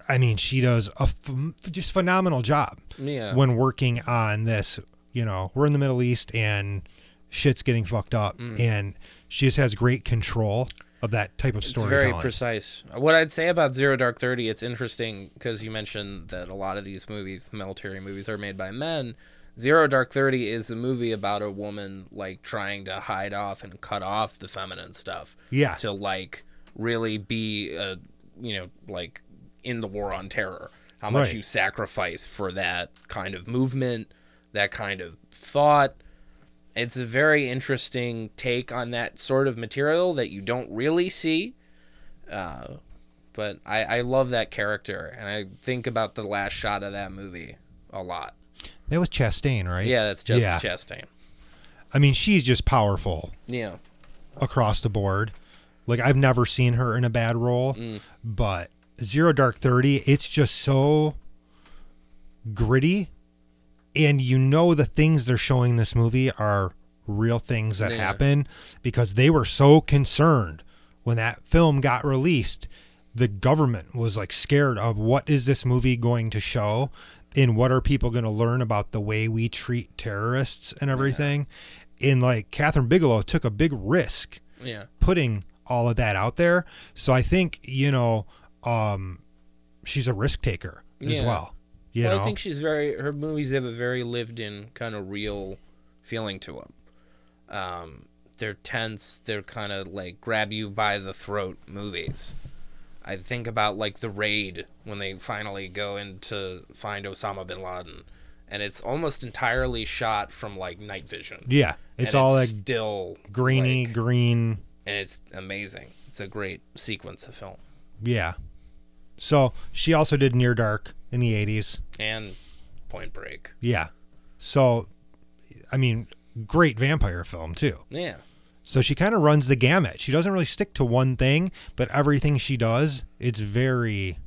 [SPEAKER 2] i mean she does a f- just phenomenal job
[SPEAKER 4] Yeah.
[SPEAKER 2] when working on this. You know, we're in the Middle East and shit's getting fucked up,
[SPEAKER 4] Mm.
[SPEAKER 2] and she just has great control of that type of
[SPEAKER 4] It's very
[SPEAKER 2] storytelling.
[SPEAKER 4] precise. What I'd say about Zero Dark Thirty, it's interesting because you mentioned that a lot of these movies, the military movies, are made by men. Zero Dark Thirty is a movie about a woman like trying to hide off and cut off the feminine stuff.
[SPEAKER 2] Yeah.
[SPEAKER 4] To like really be, uh, you know, like in the war on terror. How much
[SPEAKER 2] Right.
[SPEAKER 4] you sacrifice for that kind of movement, that kind of thought it's a very interesting take on that sort of material that you don't really see. Uh, but I, I love that character, and I think about the last shot of that movie a lot.
[SPEAKER 2] that was Chastain, right?
[SPEAKER 4] Yeah, that's just
[SPEAKER 2] Yeah.
[SPEAKER 4] Chastain.
[SPEAKER 2] I mean, she's just powerful
[SPEAKER 4] Yeah,
[SPEAKER 2] across the board. Like I've never seen her in a bad role, but Zero Dark Thirty, it's just so gritty, and you know the things they're showing this movie are real things that
[SPEAKER 4] Yeah.
[SPEAKER 2] happen because they were so concerned when that film got released. The government was like scared of what is this movie going to show, and what are people going to learn about the way we treat terrorists and everything. And like Catherine Bigelow took a big risk
[SPEAKER 4] yeah,
[SPEAKER 2] putting all of that out there. So I think you know, um, she's a risk taker as
[SPEAKER 4] Yeah.
[SPEAKER 2] well. You
[SPEAKER 4] well,
[SPEAKER 2] know,
[SPEAKER 4] I think she's very. Her movies have a very lived-in kind of real feeling to them. Um, they're tense. They're kind of like grab you by the throat movies. I think about like the raid when they finally go in to find Osama bin Laden, and it's almost entirely shot from like night vision.
[SPEAKER 2] yeah,
[SPEAKER 4] And
[SPEAKER 2] it's all like
[SPEAKER 4] still
[SPEAKER 2] grainy,
[SPEAKER 4] like-
[SPEAKER 2] green.
[SPEAKER 4] and it's amazing. It's a great sequence of film.
[SPEAKER 2] Yeah. So she also did Near Dark in the '80s.
[SPEAKER 4] And Point Break.
[SPEAKER 2] Yeah. So, I mean, great vampire film too.
[SPEAKER 4] Yeah.
[SPEAKER 2] So she kind of runs the gamut. She doesn't really stick to one thing, but everything she does, it's very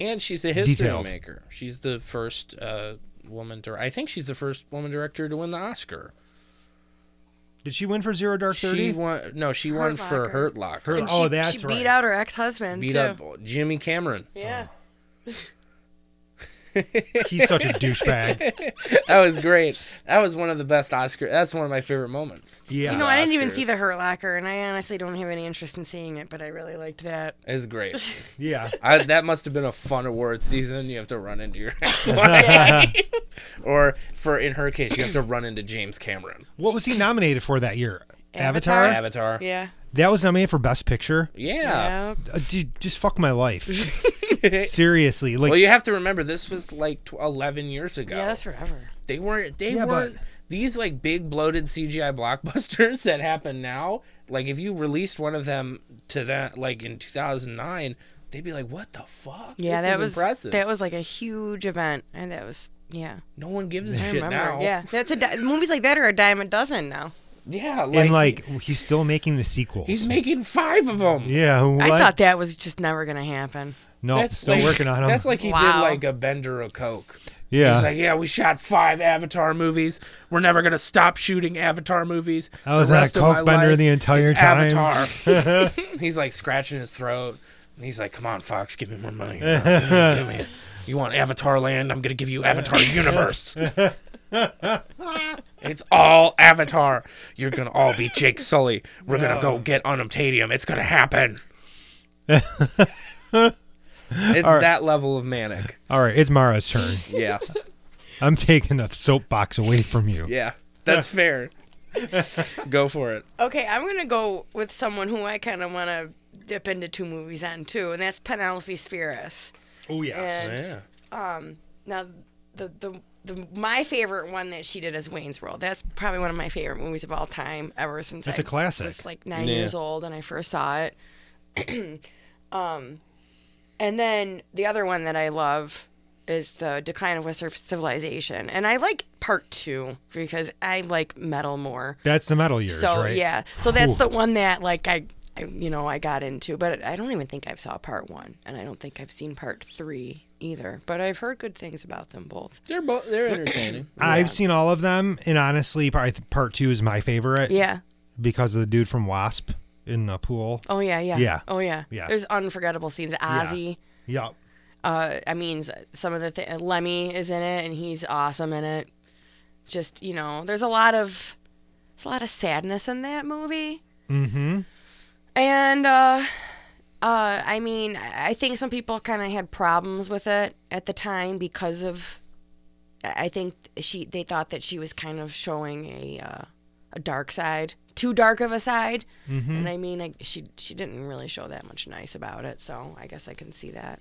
[SPEAKER 4] And she's a history
[SPEAKER 2] Detailed.
[SPEAKER 4] maker. She's the first uh, woman dir- I think she's the first woman director to win the Oscar.
[SPEAKER 2] Did she win for Zero Dark
[SPEAKER 4] She
[SPEAKER 2] Thirty?
[SPEAKER 4] won. No, she won for
[SPEAKER 5] Locker.
[SPEAKER 4] Hurt Locker.
[SPEAKER 2] Hurt- oh, that's
[SPEAKER 5] she beat
[SPEAKER 2] right. Oh,
[SPEAKER 5] out her ex-husband
[SPEAKER 4] beat
[SPEAKER 5] too.
[SPEAKER 4] up Jimmy Cameron.
[SPEAKER 5] Yeah.
[SPEAKER 2] He's such a douchebag.
[SPEAKER 4] That was great. That was one of the best Oscar. That's one of my favorite moments.
[SPEAKER 2] Yeah.
[SPEAKER 5] You know,
[SPEAKER 4] the
[SPEAKER 5] I didn't even see
[SPEAKER 4] Oscars.
[SPEAKER 5] the Hurt Locker, and I honestly don't have any interest in seeing it, but I really liked that.
[SPEAKER 4] It was great.
[SPEAKER 2] Yeah.
[SPEAKER 4] I, that must have been a fun award season. You have to run into your ex wife, or for in her case, you have to run into James Cameron.
[SPEAKER 2] What was he nominated for that year? Avatar.
[SPEAKER 5] Avatar?
[SPEAKER 4] Avatar. Yeah.
[SPEAKER 5] Yeah.
[SPEAKER 2] That was nominated for Best Picture. Uh, dude, just fuck my life. Seriously, like
[SPEAKER 4] Well, you have to remember this was like tw- eleven years ago.
[SPEAKER 5] Yeah, that's forever.
[SPEAKER 4] They weren't. They
[SPEAKER 2] Yeah, but-
[SPEAKER 4] weren't. These like big bloated CGI blockbusters that happen now. Like if you released one of them to that, like in two thousand nine, they'd be like, "What the fuck?
[SPEAKER 5] Yeah,
[SPEAKER 4] This
[SPEAKER 5] that
[SPEAKER 4] is
[SPEAKER 5] was
[SPEAKER 4] impressive.
[SPEAKER 5] that was like a huge event, and that was yeah.
[SPEAKER 4] no one gives a
[SPEAKER 5] I
[SPEAKER 4] shit
[SPEAKER 5] remember.
[SPEAKER 4] now.
[SPEAKER 5] Yeah, that's a di- movies like that are a dime a dozen now.
[SPEAKER 4] yeah. Like,
[SPEAKER 2] and like he's still making the sequels.
[SPEAKER 4] he's making five of them.
[SPEAKER 2] yeah. What?
[SPEAKER 5] I thought that was just never gonna happen.
[SPEAKER 2] no, still
[SPEAKER 4] like,
[SPEAKER 2] working on him.
[SPEAKER 4] That's like he did
[SPEAKER 5] Wow.
[SPEAKER 4] like a bender of coke.
[SPEAKER 2] yeah.
[SPEAKER 4] He's like, yeah, we shot five Avatar movies. We're never gonna stop shooting Avatar movies.
[SPEAKER 2] I was
[SPEAKER 4] the
[SPEAKER 2] on a
[SPEAKER 4] rest of my
[SPEAKER 2] coke bender
[SPEAKER 4] life
[SPEAKER 2] the entire
[SPEAKER 4] is
[SPEAKER 2] time."
[SPEAKER 4] Avatar. he's like scratching his throat. And he's like, come on, Fox, give me more money. Give me- give me it. You want Avatar Land? I'm gonna give you Avatar Universe. It's all Avatar. You're gonna all be Jake Sully. We're gonna go get Unobtainium. It's gonna happen. it's that level of manic.
[SPEAKER 2] All right, it's Mara's turn.
[SPEAKER 4] Yeah.
[SPEAKER 2] I'm taking the soapbox away from you.
[SPEAKER 4] Yeah. That's fair. go for it.
[SPEAKER 5] Okay, I'm gonna go with someone who I kind of want to dip into two movies on too, and that's Penelope Spheris.
[SPEAKER 2] Oh
[SPEAKER 5] And
[SPEAKER 4] Yeah.
[SPEAKER 5] now the the the my favorite one that she did is Wayne's World. That's probably one of my favorite movies of all time ever since
[SPEAKER 2] That's
[SPEAKER 5] I
[SPEAKER 2] a classic.
[SPEAKER 5] was like nine
[SPEAKER 4] Yeah.
[SPEAKER 5] years old and I first saw it. um, and then the other one that I love is the Decline of Western Civilization, and I like Part Two because I like metal more.
[SPEAKER 2] That's the metal years,
[SPEAKER 5] So
[SPEAKER 2] right?
[SPEAKER 5] yeah, so that's
[SPEAKER 2] Whew.
[SPEAKER 5] the one that like I, I, you know, I got into, but I don't even think I've saw part one, and I don't think I've seen part three either. But I've heard good things about them both.
[SPEAKER 4] They're both they're entertaining.
[SPEAKER 2] I've seen all of them, and honestly, part, part two is my favorite
[SPEAKER 5] Yeah.
[SPEAKER 2] because of the dude from Wasp in the pool.
[SPEAKER 5] Oh yeah, yeah.
[SPEAKER 2] Yeah.
[SPEAKER 5] Oh yeah.
[SPEAKER 2] Yeah.
[SPEAKER 5] There's unforgettable scenes. Ozzy.
[SPEAKER 2] Yup.
[SPEAKER 5] Uh, I mean, s- some of the thi- Lemmy is in it, and he's awesome in it. Just you know, there's a lot of, there's a lot of sadness in that movie.
[SPEAKER 2] Mm-hmm.
[SPEAKER 5] And uh, uh, I mean, I I think some people kind of had problems with it at the time because of. I I think she they thought that she was kind of showing a uh, a dark side, too dark of a side. And I mean, I, she she didn't really show that much nice about it, so I guess I can see that.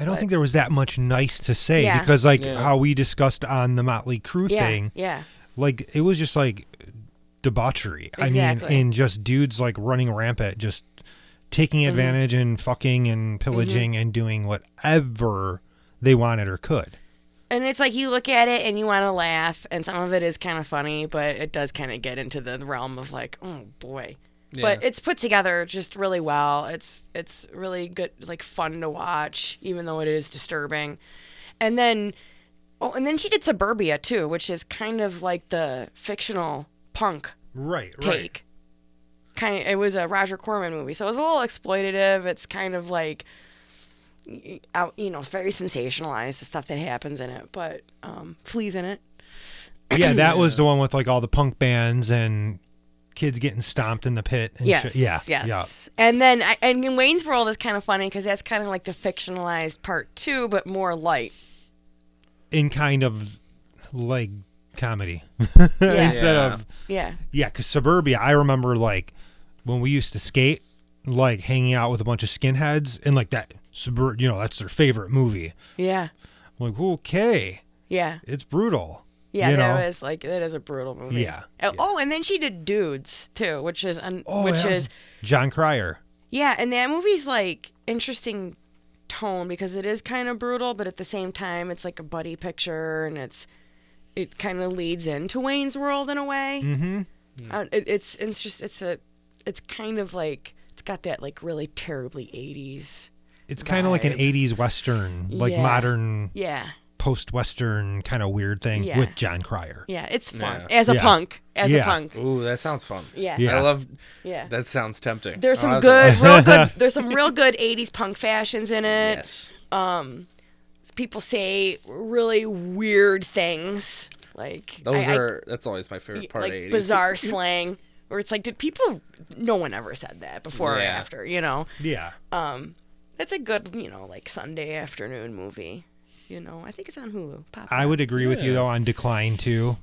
[SPEAKER 2] I don't think there was that much nice to say
[SPEAKER 5] Yeah.
[SPEAKER 2] because, like,
[SPEAKER 4] Yeah.
[SPEAKER 2] how we discussed on the Motley Crue
[SPEAKER 5] Yeah,
[SPEAKER 2] thing,
[SPEAKER 5] yeah,
[SPEAKER 2] like, it was just like debauchery. I
[SPEAKER 5] Exactly.
[SPEAKER 2] mean, and just dudes like running rampant, just taking
[SPEAKER 5] Mm-hmm.
[SPEAKER 2] advantage and fucking and pillaging and doing whatever they wanted or could.
[SPEAKER 5] and it's like you look at it and you want to laugh, and some of it is kind of funny, but it does kind of get into the realm of like, oh boy, but it's put together just really well. It's it's really good, like fun to watch, even though it is disturbing. And then, oh, and then she did Suburbia too, which is kind of like the fictional punk
[SPEAKER 2] Right,
[SPEAKER 5] take. Kind it was a Roger Corman movie, so it was a little exploitative. It's kind of like, y- out, you know, very sensationalized the stuff that happens in it, but um, fleas in it.
[SPEAKER 2] Yeah, that was the one with like all the punk bands and kids getting stomped in the pit. And
[SPEAKER 5] Yes.
[SPEAKER 2] shit. Yeah. Yeah.
[SPEAKER 5] Yes. And then I, and in Wayne's World is kind of funny because that's kind of like the fictionalized part two, but more light.
[SPEAKER 2] In kind of like comedy
[SPEAKER 5] Yeah.
[SPEAKER 2] instead
[SPEAKER 4] Yeah.
[SPEAKER 2] of
[SPEAKER 5] Yeah.
[SPEAKER 2] yeah. Because suburbia, I remember like when we used to skate, like hanging out with a bunch of skinheads and like that suburb. You know, that's their favorite movie.
[SPEAKER 5] Yeah.
[SPEAKER 2] I'm like, okay,
[SPEAKER 5] Yeah.
[SPEAKER 2] it's brutal.
[SPEAKER 5] Yeah.
[SPEAKER 2] you know?
[SPEAKER 5] that is like that is a brutal movie.
[SPEAKER 2] Yeah.
[SPEAKER 5] Oh, oh, and then she did Dudes too, which is un-
[SPEAKER 2] Oh,
[SPEAKER 5] which
[SPEAKER 2] that was
[SPEAKER 5] is
[SPEAKER 2] John Cryer.
[SPEAKER 5] yeah, and that movie's like interesting tone because it is kind of brutal, but at the same time it's like a buddy picture and it's it kind of leads into Wayne's World in a way. Mm-hmm. I don't- it, it's it's just it's a it's kind of like it's got that like really terribly 80s.
[SPEAKER 2] It's kind of like an
[SPEAKER 5] Vibe.
[SPEAKER 2] 80s western, like
[SPEAKER 5] Yeah.
[SPEAKER 2] modern
[SPEAKER 5] Yeah.
[SPEAKER 2] post-western kind of weird thing
[SPEAKER 5] Yeah.
[SPEAKER 2] with John Cryer.
[SPEAKER 5] Yeah, it's fun.
[SPEAKER 4] Yeah.
[SPEAKER 5] As a
[SPEAKER 2] Yeah.
[SPEAKER 5] punk, as
[SPEAKER 2] Yeah.
[SPEAKER 5] a punk.
[SPEAKER 4] Ooh, that sounds fun.
[SPEAKER 5] Yeah.
[SPEAKER 2] Yeah.
[SPEAKER 4] I love.
[SPEAKER 5] Yeah.
[SPEAKER 4] That Oh, sounds tempting.
[SPEAKER 5] There's
[SPEAKER 4] I'll
[SPEAKER 5] some
[SPEAKER 4] have to-
[SPEAKER 5] good, real good. There's some real good '80s punk fashions in it.
[SPEAKER 4] Yes.
[SPEAKER 5] People say really weird things, like
[SPEAKER 4] Those
[SPEAKER 5] I- I-
[SPEAKER 4] are. that's always my favorite part.
[SPEAKER 5] like
[SPEAKER 4] of 80s.
[SPEAKER 5] bizarre slang, where it's like, did people? No one ever said that before or
[SPEAKER 4] Yeah.
[SPEAKER 5] after, you know.
[SPEAKER 2] Yeah.
[SPEAKER 5] It's a good, you know, like Sunday afternoon movie. You know, I think it's on Hulu. Pop.
[SPEAKER 2] I would agree with you though on decline too.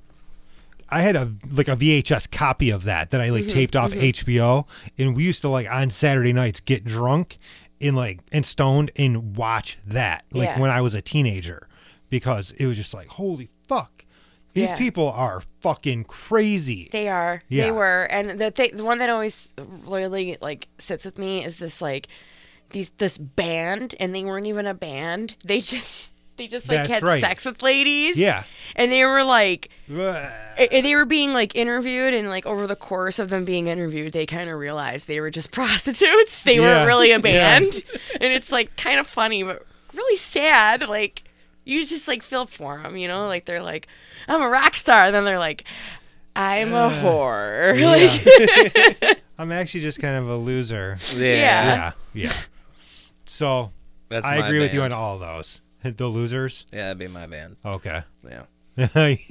[SPEAKER 2] I had a like a VHS copy of that that I like taped off HBO, and we used to like on Saturday nights get drunk and like and stoned and watch that like
[SPEAKER 5] Yeah.
[SPEAKER 2] when I was a teenager because it was just like holy fuck, these
[SPEAKER 5] Yeah.
[SPEAKER 2] people are fucking crazy.
[SPEAKER 5] They are.
[SPEAKER 2] Yeah.
[SPEAKER 5] They were. And the th- the one that always really like sits with me is this like these this band and they weren't even a band. They just they just like
[SPEAKER 2] That's
[SPEAKER 5] had
[SPEAKER 2] right.
[SPEAKER 5] sex with ladies.
[SPEAKER 2] Yeah.
[SPEAKER 5] And they were like
[SPEAKER 2] Bleh.
[SPEAKER 5] a- and they were being like interviewed and like over the course of them being interviewed they kind of realized they were just prostitutes. They
[SPEAKER 2] Yeah.
[SPEAKER 5] weren't really
[SPEAKER 2] Yeah.
[SPEAKER 5] a band. And it's like kind of funny but really sad like you just like feel for them, you know? Like they're like I'm a rock star and then they're like I'm a whore. Like
[SPEAKER 2] I'm actually just kind of a loser.
[SPEAKER 4] Yeah.
[SPEAKER 5] Yeah.
[SPEAKER 2] Yeah, yeah. So
[SPEAKER 4] That's
[SPEAKER 2] I
[SPEAKER 4] my
[SPEAKER 2] agree with you on
[SPEAKER 4] band.
[SPEAKER 2] all those. The losers.
[SPEAKER 4] Yeah, that'd be my band.
[SPEAKER 2] Okay.
[SPEAKER 4] Yeah.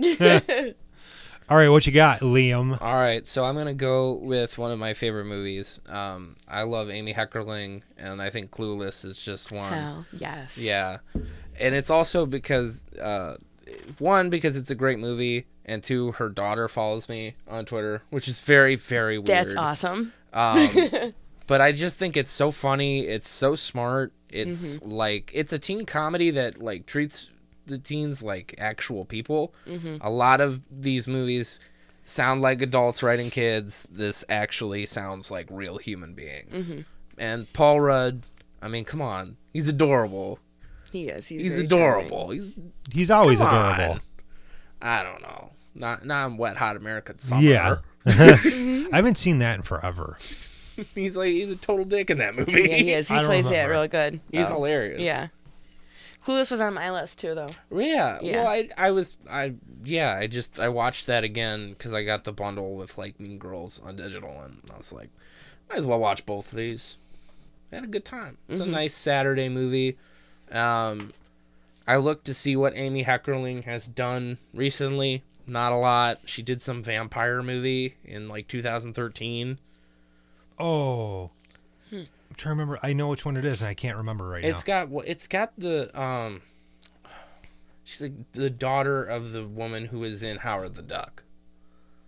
[SPEAKER 2] All right, what you got, Liam?
[SPEAKER 4] All right, so I'm gonna go with one of my favorite movies. Um, I love Amy Heckerling, and I think Clueless is just one.
[SPEAKER 5] Oh, yes.
[SPEAKER 4] Yeah, and it's also because uh, one because it's a great movie, and two, her daughter follows me on Twitter, which is very very weird.
[SPEAKER 5] That's awesome.
[SPEAKER 4] But I just think it's so funny. It's so smart. It's
[SPEAKER 5] Mm-hmm.
[SPEAKER 4] like it's a teen comedy that like treats the teens like actual people.
[SPEAKER 5] Mm-hmm.
[SPEAKER 4] A lot of these movies sound like adults writing kids. This actually sounds like real human beings.
[SPEAKER 5] Mm-hmm.
[SPEAKER 4] And Paul Rudd, I mean, come on, he's adorable.
[SPEAKER 5] He is. He's,
[SPEAKER 4] He's
[SPEAKER 5] very
[SPEAKER 4] adorable. He's
[SPEAKER 2] He's always
[SPEAKER 4] Come on.
[SPEAKER 2] adorable.
[SPEAKER 4] I don't know. Not not in wet hot American summer.
[SPEAKER 2] Yeah. I haven't seen that in forever.
[SPEAKER 4] he's like he's a total dick in that
[SPEAKER 5] charming.
[SPEAKER 4] movie.
[SPEAKER 5] Yeah, he is. He
[SPEAKER 2] I don't
[SPEAKER 5] plays
[SPEAKER 2] remember.
[SPEAKER 5] it real good.
[SPEAKER 4] He's
[SPEAKER 5] Oh,
[SPEAKER 4] hilarious.
[SPEAKER 5] Yeah. Clueless was on my list too, though.
[SPEAKER 4] Yeah.
[SPEAKER 5] Yeah.
[SPEAKER 4] Well, I I was I yeah I just I watched that again because I got the bundle with like Mean Girls on digital and I was like, might as well watch both of these. I had a good time. It's
[SPEAKER 5] Mm-hmm.
[SPEAKER 4] a nice Saturday movie. Um, I looked to see what Amy Heckerling has done recently. Not a lot. She did some vampire movie in like 2013.
[SPEAKER 2] Oh. I'm trying to remember. I know which one it is, and I can't remember right
[SPEAKER 4] It's
[SPEAKER 2] now.
[SPEAKER 4] got well, it's got the um. She's like the daughter of the woman who was in Howard the Duck.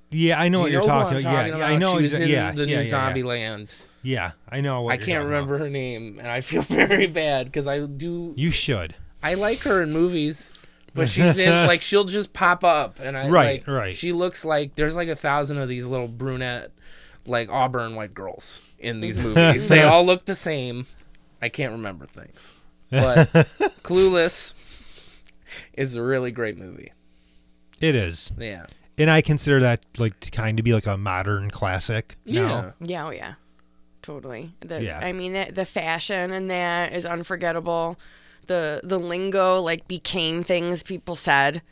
[SPEAKER 2] Yeah, I know
[SPEAKER 4] Do
[SPEAKER 2] what
[SPEAKER 4] you
[SPEAKER 2] you're
[SPEAKER 4] who
[SPEAKER 2] talking
[SPEAKER 4] I'm
[SPEAKER 2] about. Yeah, yeah, I know.
[SPEAKER 4] She was
[SPEAKER 2] exa-
[SPEAKER 4] in
[SPEAKER 2] yeah,
[SPEAKER 4] the
[SPEAKER 2] yeah,
[SPEAKER 4] new
[SPEAKER 2] yeah,
[SPEAKER 4] Zombie
[SPEAKER 2] Yeah.
[SPEAKER 4] Land.
[SPEAKER 2] yeah, I know. What
[SPEAKER 4] I
[SPEAKER 2] you're
[SPEAKER 4] can't
[SPEAKER 2] talking
[SPEAKER 4] remember
[SPEAKER 2] About.
[SPEAKER 4] her name, and I feel very bad because I do.
[SPEAKER 2] You should.
[SPEAKER 4] I like her in movies, but she's in like she'll just pop up, and I
[SPEAKER 2] Right,
[SPEAKER 4] like,
[SPEAKER 2] right.
[SPEAKER 4] She looks like there's like a thousand of these little brunette, like Auburn white girls in these movies. they all look the same. I can't remember things, but Clueless is a really great movie.
[SPEAKER 2] It is,
[SPEAKER 4] Yeah.
[SPEAKER 2] and I consider that like to kind of be like a modern classic.
[SPEAKER 4] Yeah.
[SPEAKER 2] Now.
[SPEAKER 5] Yeah, oh yeah, totally. The,
[SPEAKER 2] Yeah.
[SPEAKER 5] I mean, the, the fashion in that is unforgettable. The the lingo like became things people said,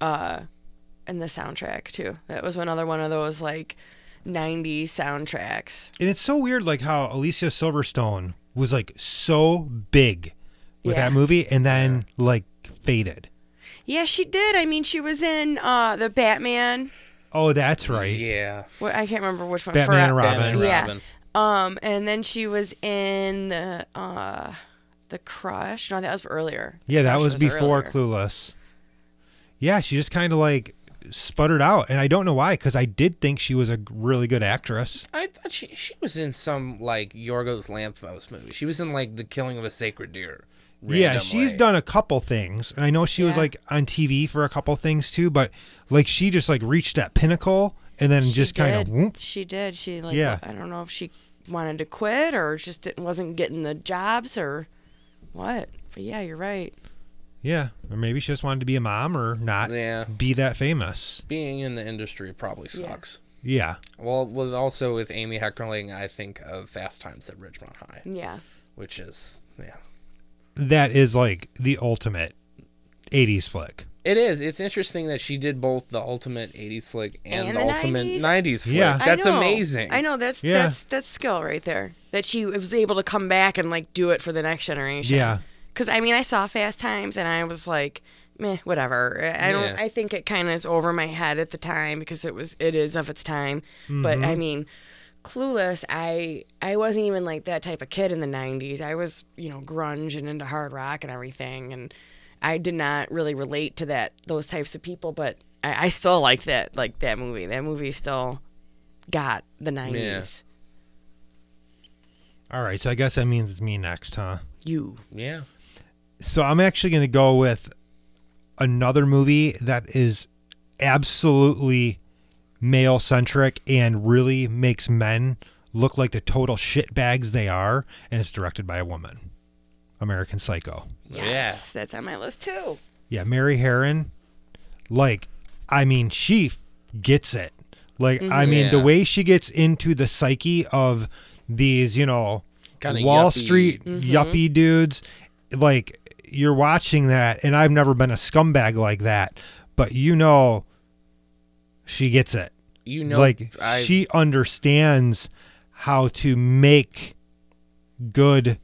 [SPEAKER 5] uh, and the soundtrack too. That was another one of those like '90s soundtracks.
[SPEAKER 2] and it's so weird, like how Alicia Silverstone was like so big with
[SPEAKER 5] Yeah.
[SPEAKER 2] that movie, and then like faded.
[SPEAKER 5] Yeah, she did. I mean, she was in uh, the Batman.
[SPEAKER 2] Oh, that's right.
[SPEAKER 4] Yeah.
[SPEAKER 5] What I can't remember which one.
[SPEAKER 2] Batman
[SPEAKER 5] Fore-
[SPEAKER 2] and Robin.
[SPEAKER 4] Batman and
[SPEAKER 5] Yeah.
[SPEAKER 4] Robin.
[SPEAKER 5] Um, and then she was in the uh, the Crush. No, that was earlier. The
[SPEAKER 2] Yeah, that
[SPEAKER 5] Crush
[SPEAKER 2] was before
[SPEAKER 5] earlier.
[SPEAKER 2] Clueless. Yeah, she just kind of like sputtered out, and I don't know why, because I did think she was a really good actress.
[SPEAKER 4] I thought she she was in some like Yorgos Lanthimos movie. She was in like The Killing of a Sacred Deer.
[SPEAKER 2] Yeah, she's
[SPEAKER 4] randomly.
[SPEAKER 2] done a couple things, and I know she was
[SPEAKER 5] Yeah.
[SPEAKER 2] like on TV for a couple things too, but like she just like reached that pinnacle and then
[SPEAKER 5] She
[SPEAKER 2] just kind of
[SPEAKER 5] did.
[SPEAKER 2] whoop.
[SPEAKER 5] She did. She like.
[SPEAKER 2] Yeah.
[SPEAKER 5] I don't know if she wanted to quit or just didn't, wasn't getting the jobs or what. But yeah, you're right.
[SPEAKER 2] Yeah, or maybe she just wanted to be a mom or not
[SPEAKER 4] Yeah,
[SPEAKER 2] be that famous.
[SPEAKER 4] being in the industry probably sucks.
[SPEAKER 2] Yeah.
[SPEAKER 4] Well, with also with Amy Heckerling, I think of Fast Times at Ridgemont High,
[SPEAKER 5] Yeah.
[SPEAKER 4] which is yeah,
[SPEAKER 2] That is like the ultimate 80s flick.
[SPEAKER 4] it is. It's interesting that she did both the ultimate '80s flick and,
[SPEAKER 5] And
[SPEAKER 4] the,
[SPEAKER 5] the
[SPEAKER 4] ultimate
[SPEAKER 5] 90s?
[SPEAKER 4] '90s flick.
[SPEAKER 2] Yeah. I
[SPEAKER 4] that's
[SPEAKER 5] I know.
[SPEAKER 4] amazing.
[SPEAKER 5] I know that's
[SPEAKER 2] Yeah.
[SPEAKER 5] that's that's skill right there. That she was able to come back and like do it for the next generation.
[SPEAKER 2] Yeah.
[SPEAKER 5] Because I mean, I saw Fast Times and I was like, meh, whatever. I I don't.
[SPEAKER 4] Yeah.
[SPEAKER 5] I think it kind of is over my head at the time because it was it is of its time.
[SPEAKER 2] Mm-hmm.
[SPEAKER 5] But I mean. Clueless, I I wasn't even like that type of kid in the '90s. I was, you know, grunge and into hard rock and everything, and I did not really relate to that those types of people. But I, I still liked that like that movie. That movie still got the '90s.
[SPEAKER 2] All right. So I guess that means it's me next, huh?
[SPEAKER 5] You
[SPEAKER 4] Yeah,
[SPEAKER 2] So I'm actually going to go with another movie that is absolutely male centric and really makes men look like the total shitbags they are. And it's directed by a woman American Psycho.
[SPEAKER 5] yes, that's on my list too.
[SPEAKER 2] Yeah, Mary Herron. Like, I mean, she f- gets it. Like, I mean, the
[SPEAKER 4] Yeah.
[SPEAKER 2] way she gets into the psyche of these, you know,
[SPEAKER 4] Kinda
[SPEAKER 2] Wall
[SPEAKER 4] yuppie. Mm-hmm.
[SPEAKER 2] Street yuppie dudes, like, you're watching that, and I've never been a scumbag like that, but you know, she gets it.
[SPEAKER 4] yeah. You know,
[SPEAKER 2] like,
[SPEAKER 4] I,
[SPEAKER 2] she understands how to make good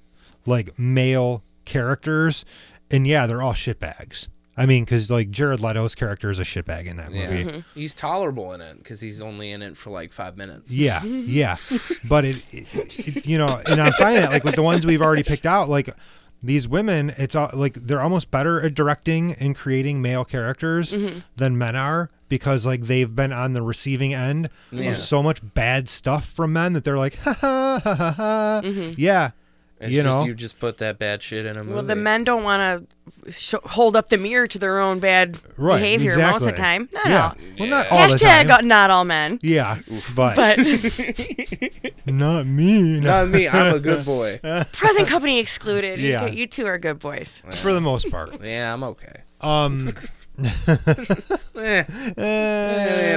[SPEAKER 2] like male characters and yeah they're all shitbags i mean because like jared leto's character is a shitbag in that
[SPEAKER 4] yeah. Mm-hmm.
[SPEAKER 2] movie
[SPEAKER 5] Mm-hmm.
[SPEAKER 4] he's tolerable in it because he's only in it for like five minutes.
[SPEAKER 2] yeah yeah but it, it, it- you know and i'm finding that like with the ones we've already picked out like these women it's all, like they're almost better at directing and creating male characters
[SPEAKER 5] Mm-hmm.
[SPEAKER 2] than men are because like they've been on the receiving end
[SPEAKER 4] Yeah.
[SPEAKER 2] of so much bad stuff from men that they're like ha ha ha ha, ha.
[SPEAKER 5] Mm-hmm.
[SPEAKER 2] yeah
[SPEAKER 4] It's
[SPEAKER 2] you
[SPEAKER 4] just,
[SPEAKER 2] know
[SPEAKER 4] you just put that bad shit in a movie.
[SPEAKER 5] Well, the men don't want to sh- hold up the mirror to their own bad
[SPEAKER 2] right
[SPEAKER 5] behavior
[SPEAKER 2] exactly.
[SPEAKER 5] most of the time. Not
[SPEAKER 2] yeah.
[SPEAKER 5] all.
[SPEAKER 2] well not all the
[SPEAKER 5] Hashtag
[SPEAKER 2] time
[SPEAKER 5] uh, not all men,
[SPEAKER 2] yeah but,
[SPEAKER 5] but
[SPEAKER 2] not me no.
[SPEAKER 4] Not me. I'm a good boy.
[SPEAKER 5] present company excluded. You-
[SPEAKER 2] Yeah.
[SPEAKER 5] You, two are good boys.
[SPEAKER 2] for the most part
[SPEAKER 4] Yeah, I'm okay.
[SPEAKER 2] um
[SPEAKER 4] Eh, eh, you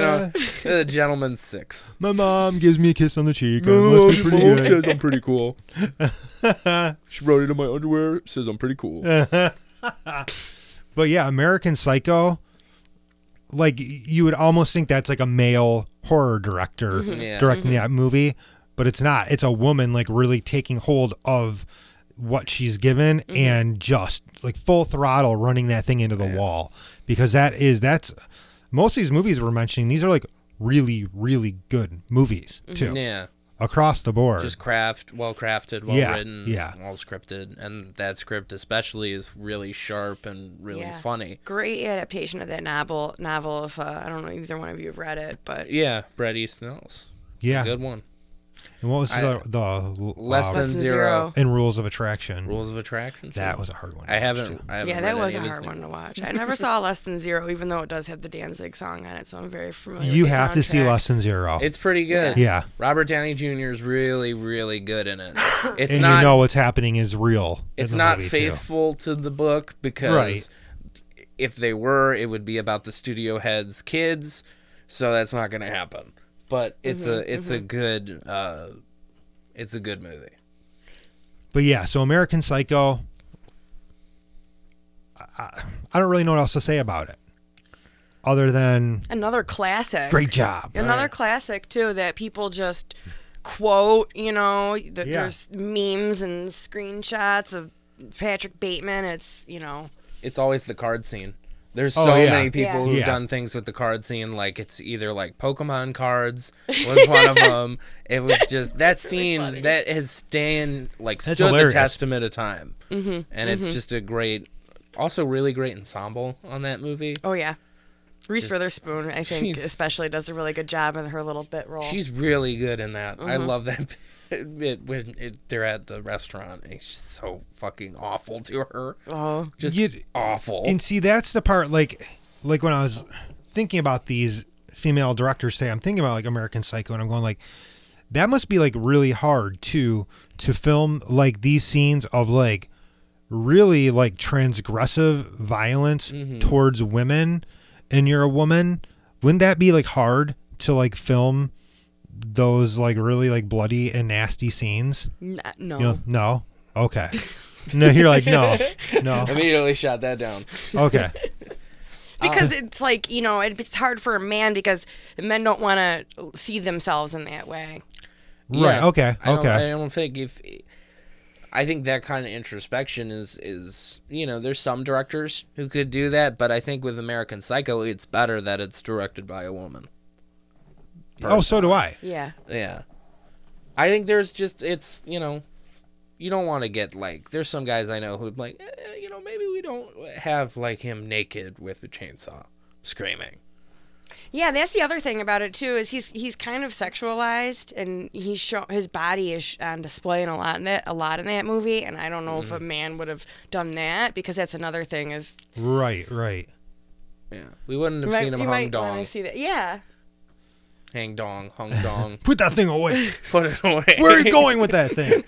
[SPEAKER 4] know, the gentleman's six.
[SPEAKER 2] My mom gives me a kiss on the cheek. I
[SPEAKER 4] Oh,
[SPEAKER 2] must be pretty good.
[SPEAKER 4] I'm pretty cool. she wrote it in my underwear. Says I'm pretty cool.
[SPEAKER 2] But yeah, American Psycho. Like y- you would almost think that's like a male horror director
[SPEAKER 4] Mm-hmm. Yeah.
[SPEAKER 2] directing that movie, but it's not. It's a woman like really taking hold of what she's given
[SPEAKER 4] Mm-hmm.
[SPEAKER 2] and just like full throttle running that thing into the wall because that is that's most of these movies we're mentioning these are like really really good movies too
[SPEAKER 4] Mm-hmm. Yeah,
[SPEAKER 2] across the board.
[SPEAKER 4] just craft, well crafted, well written,
[SPEAKER 2] yeah.
[SPEAKER 4] well scripted, and that script especially is really sharp and really
[SPEAKER 5] Yeah.
[SPEAKER 4] funny.
[SPEAKER 5] Great adaptation of that novel. Novel, if uh, I don't know, either one of you have read it, but
[SPEAKER 4] Yeah, Brett Easton Ellis. It's a
[SPEAKER 2] yeah.
[SPEAKER 4] good one.
[SPEAKER 2] And what was
[SPEAKER 4] I-
[SPEAKER 2] the, the
[SPEAKER 4] Less
[SPEAKER 2] uh,
[SPEAKER 4] than
[SPEAKER 5] Lesson
[SPEAKER 4] zero.
[SPEAKER 2] in rules of attraction?
[SPEAKER 4] Rules of Attraction.
[SPEAKER 2] That was a hard one. to
[SPEAKER 4] I
[SPEAKER 2] watch,
[SPEAKER 4] haven't.
[SPEAKER 2] too.
[SPEAKER 4] I haven't
[SPEAKER 5] Yeah,
[SPEAKER 4] read
[SPEAKER 5] that was
[SPEAKER 4] any
[SPEAKER 5] a
[SPEAKER 4] of his
[SPEAKER 5] hard
[SPEAKER 4] new
[SPEAKER 5] one to
[SPEAKER 4] ones.
[SPEAKER 5] watch. I never saw Less Than Zero, even though it does have the Danzig song on it, so I'm very familiar.
[SPEAKER 2] You
[SPEAKER 5] with the
[SPEAKER 2] have to see
[SPEAKER 5] soundtrack.
[SPEAKER 2] Lesson Zero.
[SPEAKER 4] It's pretty good.
[SPEAKER 2] yeah.
[SPEAKER 4] Robert Downey Jr. is really, really good in it. It's
[SPEAKER 2] and
[SPEAKER 4] not.
[SPEAKER 2] you know what's happening is real. in
[SPEAKER 4] it's
[SPEAKER 2] the
[SPEAKER 4] not
[SPEAKER 2] movie, too.
[SPEAKER 4] faithful to the book because
[SPEAKER 2] Right.
[SPEAKER 4] if they were, it would be about the studio head's kids, so that's not going to happen. But it's a it's a good uh, it's a good movie.
[SPEAKER 2] But yeah, so American Psycho. I, I don't really know what else to say about it, other than
[SPEAKER 5] Another classic.
[SPEAKER 2] great job.
[SPEAKER 5] Another classic too that people just quote. You know, that
[SPEAKER 2] Yeah.
[SPEAKER 5] there's memes and screenshots of Patrick Bateman. It's you know,
[SPEAKER 4] It's always the card scene. There's
[SPEAKER 2] Oh,
[SPEAKER 4] so
[SPEAKER 2] yeah.
[SPEAKER 4] many people
[SPEAKER 5] Yeah.
[SPEAKER 4] who've
[SPEAKER 2] Yeah.
[SPEAKER 4] done things with the card scene, like it's either like Pokemon cards was one of them. It was just that scene that has staying like
[SPEAKER 2] That's
[SPEAKER 4] stood
[SPEAKER 2] hilarious.
[SPEAKER 4] the testament of time, mm-hmm. and it's just a great, also really great ensemble on that movie.
[SPEAKER 5] oh yeah, Reese Witherspoon. I think
[SPEAKER 4] She's-
[SPEAKER 5] especially does a really good job in her little bit role.
[SPEAKER 4] She's really good in that. I love that bit when it, they're at the restaurant. and It's just so fucking awful to her.
[SPEAKER 5] oh,
[SPEAKER 4] Just
[SPEAKER 2] You-
[SPEAKER 4] awful.
[SPEAKER 2] And see, that's the part like, like when I was thinking about these female directors today, I'm thinking about like American Psycho, and I'm going like, that must be like really hard to to film like these scenes of like really like transgressive violence towards women, and you're a woman. Wouldn't that be like hard to like film those like really like bloody and nasty scenes?
[SPEAKER 5] N- no.
[SPEAKER 2] You know, no. Okay. No, you're like no, no.
[SPEAKER 4] Immediately shot that down.
[SPEAKER 2] Okay.
[SPEAKER 5] because
[SPEAKER 4] Um,
[SPEAKER 5] it's like you know it's hard for a man because men don't want to see themselves in that way
[SPEAKER 2] Right.
[SPEAKER 4] Yeah.
[SPEAKER 2] Okay.
[SPEAKER 4] I don't, I
[SPEAKER 2] Okay.
[SPEAKER 4] don't think if I think that kind of introspection is is you know there's some directors who could do that, but I think with American Psycho, it's better that it's directed by a woman.
[SPEAKER 2] Oh, so do I.
[SPEAKER 5] yeah
[SPEAKER 4] Yeah. I think there's just it's you know, you don't want to get like there's some guys I know who'd like eh, you know maybe we don't have like him naked with a chainsaw screaming.
[SPEAKER 5] yeah that's the other thing about it too is he's he's kind of sexualized and he's show his body is sh- on display in a lot in that a lot in that movie and i don't know
[SPEAKER 4] Mm-hmm.
[SPEAKER 5] if a man would have done that because that's another thing is
[SPEAKER 2] Right. Right.
[SPEAKER 4] Yeah, we wouldn't have
[SPEAKER 5] Right,
[SPEAKER 4] seen him
[SPEAKER 5] you
[SPEAKER 4] hung
[SPEAKER 5] might
[SPEAKER 4] dong,
[SPEAKER 5] wanna see that yeah
[SPEAKER 4] hang dong, hung dong,
[SPEAKER 2] Put that thing away.
[SPEAKER 4] put it away.
[SPEAKER 2] Where are you going with that thing?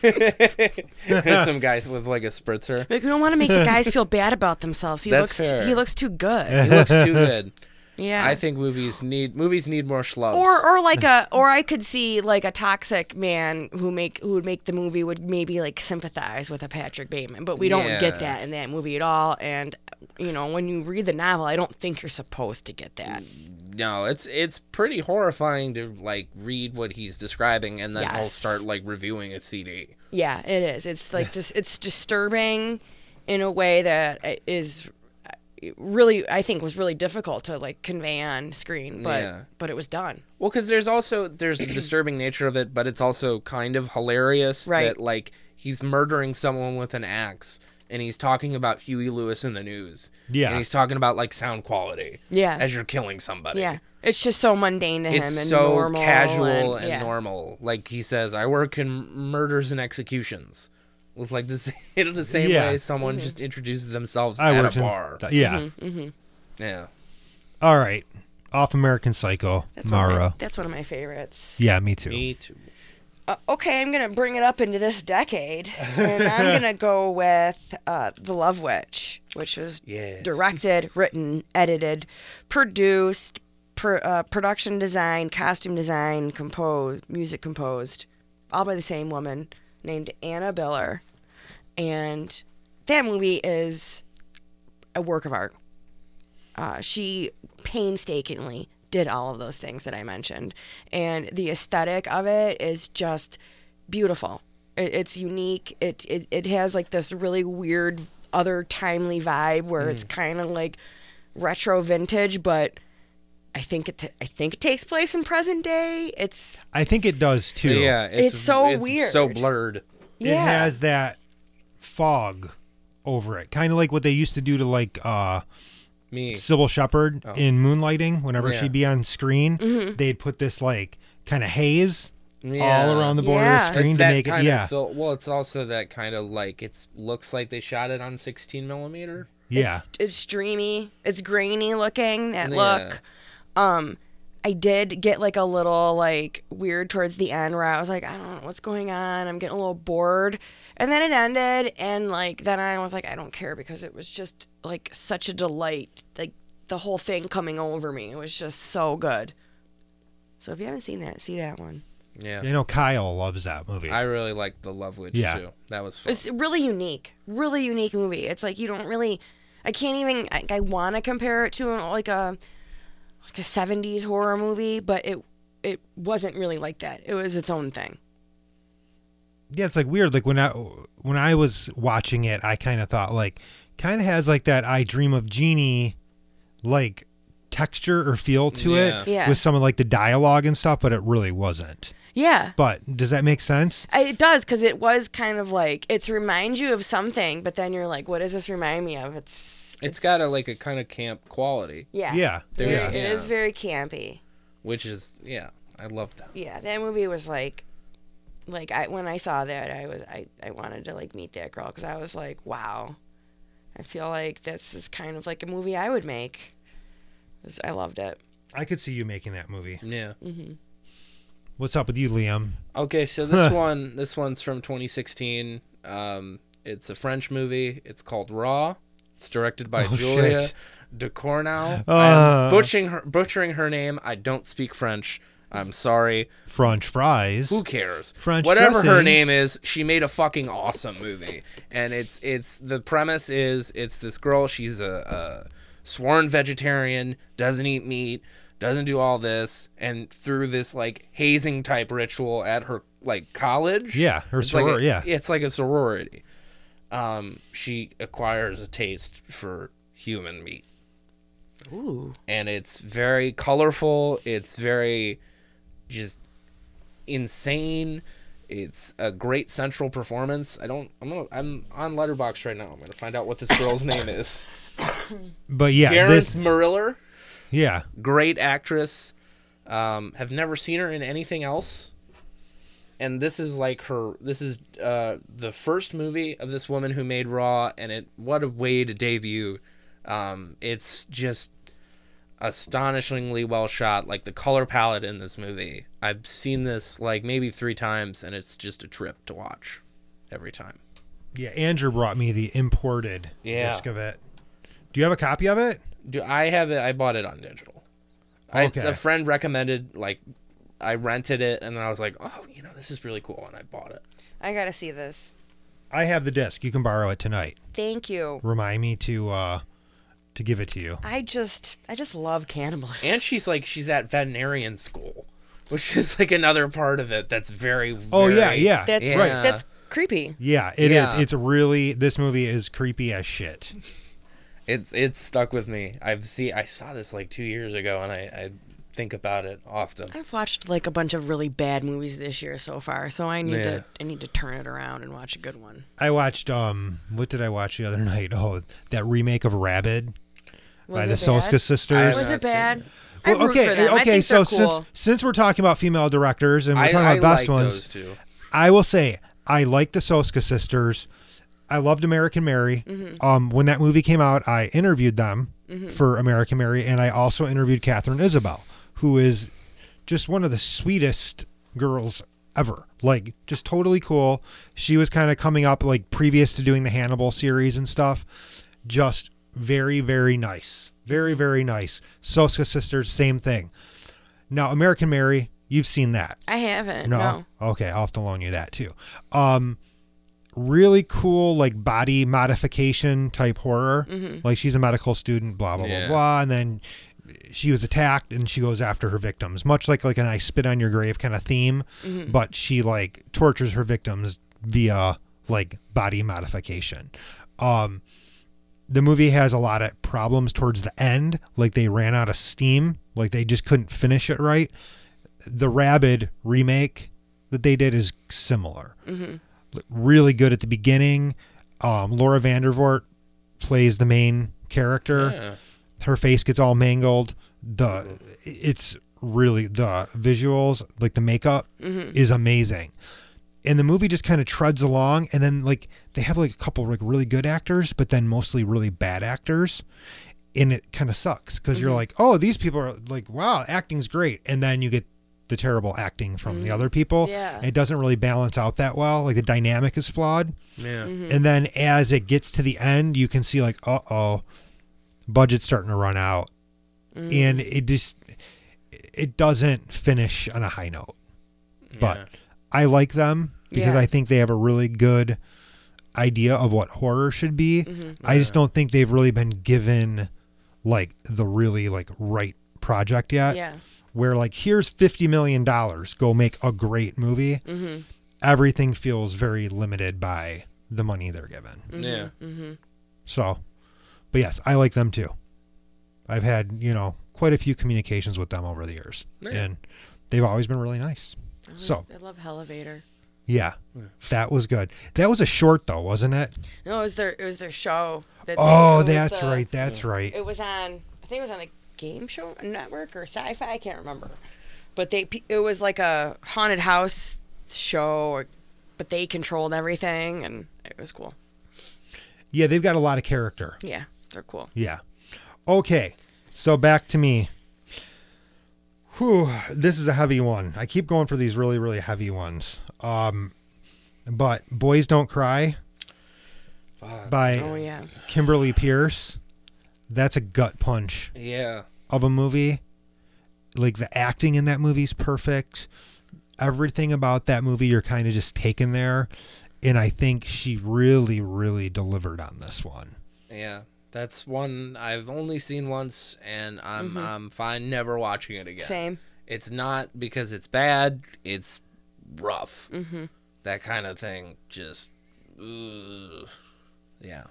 [SPEAKER 4] There's some guys with like a spritzer.
[SPEAKER 5] like we don't want to make the guys feel bad about themselves he
[SPEAKER 4] That's
[SPEAKER 5] looks
[SPEAKER 4] fair.
[SPEAKER 5] Too, he looks too good
[SPEAKER 4] He looks too good.
[SPEAKER 5] yeah
[SPEAKER 4] I think movies need movies need more schlubs.
[SPEAKER 5] or or like a or I could see like a toxic man who make who would make the movie would maybe like sympathize with a Patrick Bateman, but we don't
[SPEAKER 4] Yeah.
[SPEAKER 5] get that in that movie at all. And you know, when you read the novel, I don't think you're supposed to get that.
[SPEAKER 4] no, it's it's pretty horrifying to like read what he's describing and then he'll
[SPEAKER 5] Yes.
[SPEAKER 4] start like reviewing a CD.
[SPEAKER 5] Yeah, it is. It's like just it's disturbing in a way that is uh, really I think was really difficult to like convey on screen, but
[SPEAKER 4] Yeah.
[SPEAKER 5] but it was done.
[SPEAKER 4] Well, because there's also there's a disturbing nature of it, but it's also kind of hilarious
[SPEAKER 5] Right.
[SPEAKER 4] that like he's murdering someone with an axe, and he's talking about Huey Lewis in the news.
[SPEAKER 2] Yeah.
[SPEAKER 4] and he's talking about like sound quality.
[SPEAKER 5] Yeah.
[SPEAKER 4] as you're killing somebody.
[SPEAKER 5] Yeah. It's just so mundane to him
[SPEAKER 4] it's
[SPEAKER 5] and
[SPEAKER 4] so
[SPEAKER 5] normal
[SPEAKER 4] casual and,
[SPEAKER 5] yeah.
[SPEAKER 4] normal. Like he says, I work in murders and executions. With like the same, the same
[SPEAKER 2] Yeah.
[SPEAKER 4] way someone
[SPEAKER 5] Mm-hmm.
[SPEAKER 4] just introduces themselves
[SPEAKER 2] I
[SPEAKER 4] at
[SPEAKER 2] worked
[SPEAKER 4] a
[SPEAKER 2] in.
[SPEAKER 4] bar.
[SPEAKER 2] Yeah.
[SPEAKER 4] yeah.
[SPEAKER 2] All right. Off American Psycho.
[SPEAKER 5] That's one of my-
[SPEAKER 2] Mara.
[SPEAKER 5] that's one of my favorites.
[SPEAKER 2] Yeah, me too.
[SPEAKER 4] Me too.
[SPEAKER 5] Uh, okay, I'm gonna bring it up into this decade, and I'm gonna go with uh, *The Love Witch*, which was
[SPEAKER 4] Yes.
[SPEAKER 5] directed, written, edited, produced, pr- uh, production design, costume design, composed, music composed, all by the same woman named Anna Biller, and that movie is a work of art. Uh, she painstakingly did all of those things that I mentioned. And the aesthetic of it is just beautiful. It, it's unique. It, it it has like this really weird, other timely vibe where
[SPEAKER 2] Mm.
[SPEAKER 5] it's kind of like retro vintage, but I think it t- I think it takes place in present day. It's
[SPEAKER 2] I think it does too.
[SPEAKER 4] Yeah, it's,
[SPEAKER 5] It's so
[SPEAKER 4] So
[SPEAKER 5] weird.
[SPEAKER 4] blurred.
[SPEAKER 2] It
[SPEAKER 5] yeah.
[SPEAKER 2] has that fog over it. Kind of like what they used to do to like uh
[SPEAKER 4] Me. Oh.
[SPEAKER 2] Sybil Shepherd in Moonlighting whenever
[SPEAKER 4] Yeah.
[SPEAKER 2] she'd be on screen,
[SPEAKER 5] Mm-hmm.
[SPEAKER 2] they'd put this like kind of haze
[SPEAKER 4] Yeah.
[SPEAKER 2] all around the border
[SPEAKER 5] Yeah.
[SPEAKER 2] of the
[SPEAKER 4] It's
[SPEAKER 2] screen to
[SPEAKER 4] that
[SPEAKER 2] make it
[SPEAKER 4] kind
[SPEAKER 2] yeah.
[SPEAKER 4] Of fil- well, it's also that kind of like it's looks like they shot it on 16 millimeter.
[SPEAKER 2] yeah.
[SPEAKER 5] it's dreamy. It's grainy looking. That
[SPEAKER 4] Yeah.
[SPEAKER 5] look. Um, I did get like a little like weird towards the end where I was like, I don't know what's going on. I'm getting a little bored. And then it ended, and like then I was like, I don't care because it was just like such a delight. Like the whole thing coming over me, it was just so good. So if you haven't seen that, see that one.
[SPEAKER 4] Yeah.
[SPEAKER 2] You know Kyle loves that movie.
[SPEAKER 4] I really liked the Love Witch
[SPEAKER 2] Yeah.
[SPEAKER 4] too. That was fun.
[SPEAKER 5] It's really unique, really unique movie. It's like you don't really, I can't even. I, I want to compare it to an, like a like a '70s horror movie, but it it wasn't really like that. It was its own thing.
[SPEAKER 2] yeah, it's like weird like when I when I was watching it, I kind of thought like kind of has like that I dream of Jeannie like texture or feel to it
[SPEAKER 5] Yeah. Yeah.
[SPEAKER 2] with some of like the dialogue and stuff, but it really wasn't.
[SPEAKER 5] Yeah,
[SPEAKER 2] But does that make sense?
[SPEAKER 5] I- it does because it was kind of like it's reminds you of something, but then you're like, what does this remind me of? It's
[SPEAKER 4] it's got a like a kind of camp quality,
[SPEAKER 5] yeah
[SPEAKER 2] Yeah.
[SPEAKER 5] It
[SPEAKER 4] There's-
[SPEAKER 5] is- it
[SPEAKER 4] yeah.
[SPEAKER 5] is very campy.
[SPEAKER 4] which is yeah, I love that.
[SPEAKER 5] Yeah, that movie was like, like I when I saw that I was I I wanted to like meet that girl because I was like, wow, I feel like this is kind of like a movie I would make. 'Cause I loved it.
[SPEAKER 2] I could see you making that movie.
[SPEAKER 4] Yeah.
[SPEAKER 2] What's up with you, Liam?
[SPEAKER 4] Okay, so this one, this one's from 2016. Um, it's a French movie. It's called Raw. It's directed by
[SPEAKER 2] Oh,
[SPEAKER 4] Julia
[SPEAKER 2] shit.
[SPEAKER 4] DeCornow.
[SPEAKER 2] Uh.
[SPEAKER 4] I'm butchering her, butchering her name. I don't speak French. I'm sorry.
[SPEAKER 2] French fries.
[SPEAKER 4] Who cares?
[SPEAKER 2] French
[SPEAKER 4] Whatever her
[SPEAKER 2] dressing.
[SPEAKER 4] name is, she made a fucking awesome movie. And it's it's the premise is it's this girl. She's a, a sworn vegetarian, doesn't eat meat, doesn't do all this, and through this like hazing type ritual at her like college.
[SPEAKER 2] Yeah, her
[SPEAKER 4] it's like a-
[SPEAKER 2] soror- yeah.
[SPEAKER 4] it's like a sorority. Um, she acquires a taste for human meat
[SPEAKER 5] Ooh.
[SPEAKER 4] and it's very colorful. It's very just insane. It's a great central performance. I don't. I'm. Gonna, I'm on Letterbox right now. I'm gonna find out what this girl's name is.
[SPEAKER 2] But yeah,
[SPEAKER 4] Gareth
[SPEAKER 2] this
[SPEAKER 4] Mariller,
[SPEAKER 2] yeah.
[SPEAKER 4] great actress. Um, have never seen her in anything else. And this is like her. This is uh, the first movie of this woman who made Raw, and it what a way to debut. Um, it's just astonishingly well shot. Like the color palette in this movie, I've seen this like maybe three times, and it's just a trip to watch every time.
[SPEAKER 2] Yeah, Andrew brought me the imported
[SPEAKER 4] Yeah.
[SPEAKER 2] disc of it. Do you have a copy of it?
[SPEAKER 4] Do I have it? I bought it on digital. I,
[SPEAKER 2] Okay.
[SPEAKER 4] A friend recommended, like, I rented it, and then I was like, oh, you know, this is really cool, and I bought it.
[SPEAKER 5] I gotta see this.
[SPEAKER 2] I have the disc. You can borrow it tonight.
[SPEAKER 5] Thank you.
[SPEAKER 2] Remind me to uh to give it to you.
[SPEAKER 5] I just, I just love cannibalism.
[SPEAKER 4] And she's like, she's at veterinarian school, which is like another part of it that's very.
[SPEAKER 2] Oh yeah,
[SPEAKER 4] very-
[SPEAKER 2] yeah.
[SPEAKER 5] that's
[SPEAKER 4] Right.
[SPEAKER 5] that's creepy.
[SPEAKER 2] yeah, it is.
[SPEAKER 4] Yeah.
[SPEAKER 2] It's really this movie is creepy as shit.
[SPEAKER 4] It's it's stuck with me. I've see I saw this like two years ago, and I, I think about it often.
[SPEAKER 5] I've watched like a bunch of really bad movies this year so far, so I need
[SPEAKER 4] Yeah.
[SPEAKER 5] to, I need to turn it around and watch a good one.
[SPEAKER 2] I watched um what did I watch the other night? Oh, that remake of Rabid by
[SPEAKER 5] it
[SPEAKER 2] the
[SPEAKER 5] bad?
[SPEAKER 2] Solska sisters.
[SPEAKER 5] Was
[SPEAKER 4] I've
[SPEAKER 5] it
[SPEAKER 4] seen
[SPEAKER 5] bad?
[SPEAKER 4] it.
[SPEAKER 5] I
[SPEAKER 2] Well,
[SPEAKER 5] root for them. I
[SPEAKER 2] okay,
[SPEAKER 5] think
[SPEAKER 2] so
[SPEAKER 5] they're cool.
[SPEAKER 2] since since we're talking about female directors and we're
[SPEAKER 4] I,
[SPEAKER 2] talking
[SPEAKER 4] I
[SPEAKER 2] about best
[SPEAKER 4] like
[SPEAKER 2] ones,
[SPEAKER 4] those two.
[SPEAKER 2] I will say I like the Soska sisters. I loved American Mary. Um, when that movie came out, I interviewed them for American Mary, and I also interviewed Catherine Isabel, who is just one of the sweetest girls ever. Like, just totally cool. She was kind of coming up like previous to doing the Hannibal series and stuff. Just very, very nice. Very, very nice. Soska sisters, same thing. Now, American Mary, you've seen that.
[SPEAKER 5] I haven't. No.
[SPEAKER 2] No. Okay, I'll have to loan you that too. Um, really cool like body modification type horror. Like she's a medical student, blah blah blah
[SPEAKER 4] Yeah.
[SPEAKER 2] blah, and then she was attacked and she goes after her victims, much like like an "I spit on your grave" kind of theme, but she like tortures her victims via like body modification. Um, the movie has a lot of problems towards the end. Like they ran out of steam. Like they just couldn't finish it right. The Rabid remake that they did is similar. L- Really good at the beginning. Um, Laura Vandervoort plays the main character. Her face gets all mangled. The it's really the visuals, like the makeup, is amazing and the movie just kind of treads along and then like they have like a couple like really good actors but then mostly really bad actors and it kind of sucks because you're like oh these people are like wow acting's great and then you get the terrible acting from the other people
[SPEAKER 5] Yeah.
[SPEAKER 2] it doesn't really balance out that well like the dynamic is flawed
[SPEAKER 4] Yeah.
[SPEAKER 2] and then as it gets to the end you can see like uh-oh budget's starting to run out and it just it doesn't finish on a high note but
[SPEAKER 4] Yeah.
[SPEAKER 2] i like them because
[SPEAKER 5] Yeah.
[SPEAKER 2] i think they have a really good idea of what horror should be i just don't think they've really been given like the really like right project yet
[SPEAKER 5] Yeah.
[SPEAKER 2] where like here's 50 million dollars go make a great movie
[SPEAKER 5] Mm-hmm.
[SPEAKER 2] everything feels very limited by the money they're given
[SPEAKER 4] Yeah.
[SPEAKER 2] so, but yes, I like them too. I've had, you know, quite a few communications with them over the years,
[SPEAKER 4] Nice.
[SPEAKER 2] and they've always been really nice. So,
[SPEAKER 5] I love Elevator.
[SPEAKER 2] yeah, that was good. That was a short though, wasn't it?
[SPEAKER 5] No, it was their it was their show. That they- it
[SPEAKER 2] Oh,
[SPEAKER 5] was
[SPEAKER 2] that's
[SPEAKER 5] the-
[SPEAKER 2] right. That's right.
[SPEAKER 5] It was on I think it was on a game show network or sci-fi. I can't remember, but they it was like a haunted house show, or, but they controlled everything and it was cool.
[SPEAKER 2] Yeah, they've got a lot of character.
[SPEAKER 5] Yeah, they're cool.
[SPEAKER 2] Yeah. Okay. So back to me. Whew, this is a heavy one. I keep going for these really, really heavy ones. Um, but Boys Don't Cry by
[SPEAKER 5] Oh yeah.
[SPEAKER 2] Kimberly Pierce. That's a gut punch
[SPEAKER 4] Yeah.
[SPEAKER 2] of a movie. Like the acting in that movie's perfect. Everything about that movie, you're kind of just taken there. And I think she really, really delivered on this one.
[SPEAKER 4] Yeah. That's one I've only seen once and I'm I'm fine never watching it again.
[SPEAKER 5] Mm-hmm. Same.
[SPEAKER 4] It's not because it's bad, it's rough. Mm-hmm. That kind of thing just ugh. Yeah.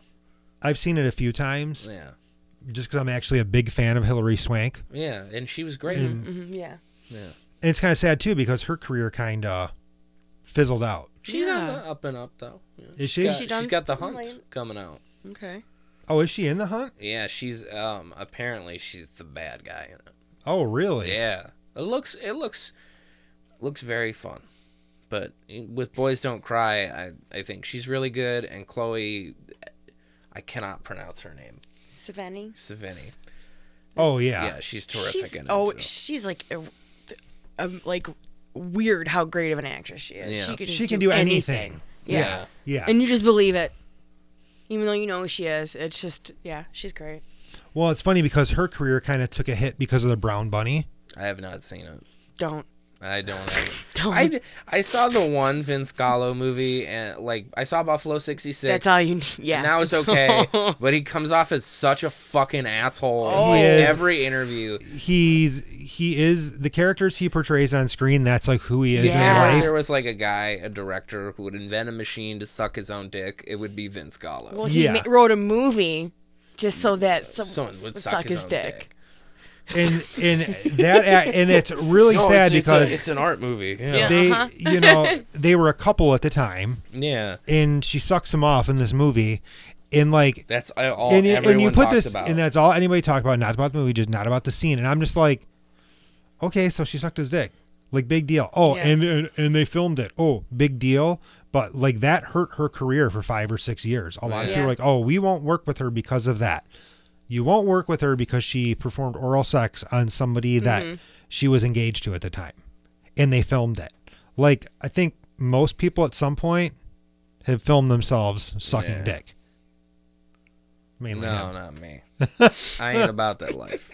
[SPEAKER 2] I've seen it a few times
[SPEAKER 4] Yeah.
[SPEAKER 2] just because I'm actually a big fan of Hilary Swank.
[SPEAKER 4] Yeah, and she was great.
[SPEAKER 2] Mm-hmm.
[SPEAKER 5] Mhm, Yeah.
[SPEAKER 2] And it's kind of sad too because her career kind of fizzled out.
[SPEAKER 4] She's on
[SPEAKER 5] Yeah.
[SPEAKER 4] the up and up though. Yeah,
[SPEAKER 2] Is
[SPEAKER 4] she's
[SPEAKER 2] she?
[SPEAKER 4] Got,
[SPEAKER 2] Is she
[SPEAKER 5] done
[SPEAKER 4] she's got the
[SPEAKER 5] something
[SPEAKER 4] hunt coming out.
[SPEAKER 5] Okay.
[SPEAKER 2] Oh, is she in the hunt?
[SPEAKER 4] Yeah, she's um apparently she's the bad guy in it.
[SPEAKER 2] Oh, really?
[SPEAKER 4] Yeah, it looks it looks looks very fun, but with Boys Don't Cry, I I think she's really good, and Chloe, I cannot pronounce her name,
[SPEAKER 5] Savannah.
[SPEAKER 4] Savini.
[SPEAKER 2] Oh, yeah.
[SPEAKER 4] Yeah, she's terrific
[SPEAKER 5] She's
[SPEAKER 4] in it.
[SPEAKER 5] oh,
[SPEAKER 4] too.
[SPEAKER 5] she's like, a, a, like weird how great of an actress she is.
[SPEAKER 4] Yeah.
[SPEAKER 5] She, could just
[SPEAKER 2] She can
[SPEAKER 5] do,
[SPEAKER 2] do anything.
[SPEAKER 5] Yeah.
[SPEAKER 4] Yeah.
[SPEAKER 2] Yeah.
[SPEAKER 5] And you just believe it, even though you know who she is. It's just yeah, she's great.
[SPEAKER 2] well, it's funny because her career kind of took a hit because of the Brown Bunny.
[SPEAKER 4] I have not seen it.
[SPEAKER 5] Don't.
[SPEAKER 4] I don't. have it.
[SPEAKER 5] Don't.
[SPEAKER 4] I, d- I saw the one Vince Gallo movie and like I saw Buffalo '66.
[SPEAKER 5] That's all you. Yeah.
[SPEAKER 4] And that was okay, but he comes off as such a fucking asshole
[SPEAKER 5] Oh.
[SPEAKER 2] He
[SPEAKER 4] in
[SPEAKER 2] is.
[SPEAKER 4] every interview.
[SPEAKER 2] He's he is the characters he portrays on screen. That's like who he is
[SPEAKER 5] Yeah.
[SPEAKER 4] If
[SPEAKER 2] in real life.
[SPEAKER 4] there was like a guy, a director who would invent a machine to suck his own dick, it would be Vince Gallo.
[SPEAKER 5] well, he
[SPEAKER 2] Yeah.
[SPEAKER 5] ma- wrote a movie just so that some,
[SPEAKER 4] Mm, Someone would suck, his, own dick.
[SPEAKER 2] And and that a- and it's really
[SPEAKER 4] No,
[SPEAKER 2] sad
[SPEAKER 4] it's, it's a-
[SPEAKER 2] because
[SPEAKER 4] it's an art movie.
[SPEAKER 5] Yeah.
[SPEAKER 4] Yeah. Yeah.
[SPEAKER 2] they you know they were a couple at the time, and she sucks him off in this movie, and like
[SPEAKER 4] That's all
[SPEAKER 2] and, you-
[SPEAKER 4] everyone
[SPEAKER 2] and you put
[SPEAKER 4] talks
[SPEAKER 2] this
[SPEAKER 4] about.
[SPEAKER 2] and that's all anybody talked about not about the movie just not about the scene and i'm just like okay so she sucked his dick like big deal oh
[SPEAKER 5] Yeah.
[SPEAKER 2] and, and and they filmed it oh big deal but like that hurt her career for five or six years a lot of
[SPEAKER 4] Yeah.
[SPEAKER 2] people are like oh we won't work with her because of that you won't work with her because she performed oral sex on somebody that she was engaged to at the time and they filmed it like i think most people at some point have filmed themselves sucking
[SPEAKER 4] Yeah.
[SPEAKER 2] dick mainly him.
[SPEAKER 4] no, not me. I ain't about that life.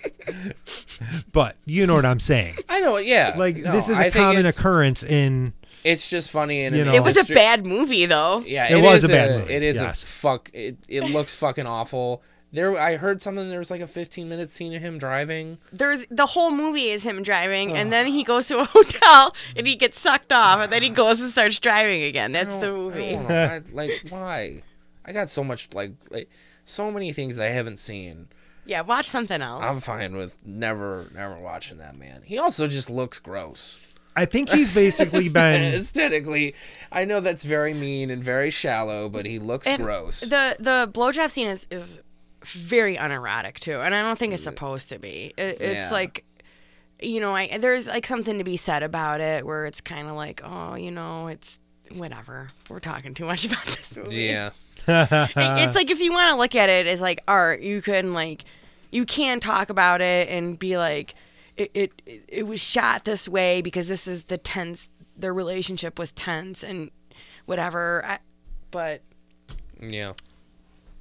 [SPEAKER 2] but you know what I'm saying.
[SPEAKER 4] I know. Yeah.
[SPEAKER 2] Like
[SPEAKER 4] No,
[SPEAKER 2] this is
[SPEAKER 4] I
[SPEAKER 2] a
[SPEAKER 4] think
[SPEAKER 2] common
[SPEAKER 4] it's,
[SPEAKER 2] occurrence in
[SPEAKER 4] It's just funny and
[SPEAKER 2] You know.
[SPEAKER 5] It was a
[SPEAKER 4] illustri-
[SPEAKER 5] bad movie though.
[SPEAKER 4] Yeah,
[SPEAKER 2] It was
[SPEAKER 4] is
[SPEAKER 2] a bad movie,
[SPEAKER 4] It is
[SPEAKER 2] yes.
[SPEAKER 4] a fuck. It, it looks fucking awful. There, I heard something. There was like a 15 minute scene of him driving.
[SPEAKER 5] There's the whole movie is him driving, and then he goes to a hotel and he gets sucked off, and then he goes and starts driving again. That's
[SPEAKER 4] I
[SPEAKER 5] the
[SPEAKER 4] don't- I
[SPEAKER 5] movie.
[SPEAKER 4] don't wanna- I- like why? I got so much like, like so many things I haven't seen.
[SPEAKER 5] Yeah, watch something else.
[SPEAKER 4] I'm fine with never never watching that man. He also just looks gross.
[SPEAKER 2] I think he's basically been
[SPEAKER 4] aesthetically. I know that's very mean and very shallow, but he looks
[SPEAKER 5] And
[SPEAKER 4] gross.
[SPEAKER 5] The the blowjob scene is is very unerotic too, and I don't think it's supposed to be. It,
[SPEAKER 4] Mm. Yeah.
[SPEAKER 5] It's like, you know, I there's like something to be said about it where it's kind of like, oh, you know, it's whatever. We're talking too much about this movie.
[SPEAKER 4] yeah,
[SPEAKER 5] It- it's like if you want to look at it as like art, you can like, you can talk about it and be like, it it it- it was shot this way because this is the tense. Their relationship was tense and whatever, I, but
[SPEAKER 4] yeah.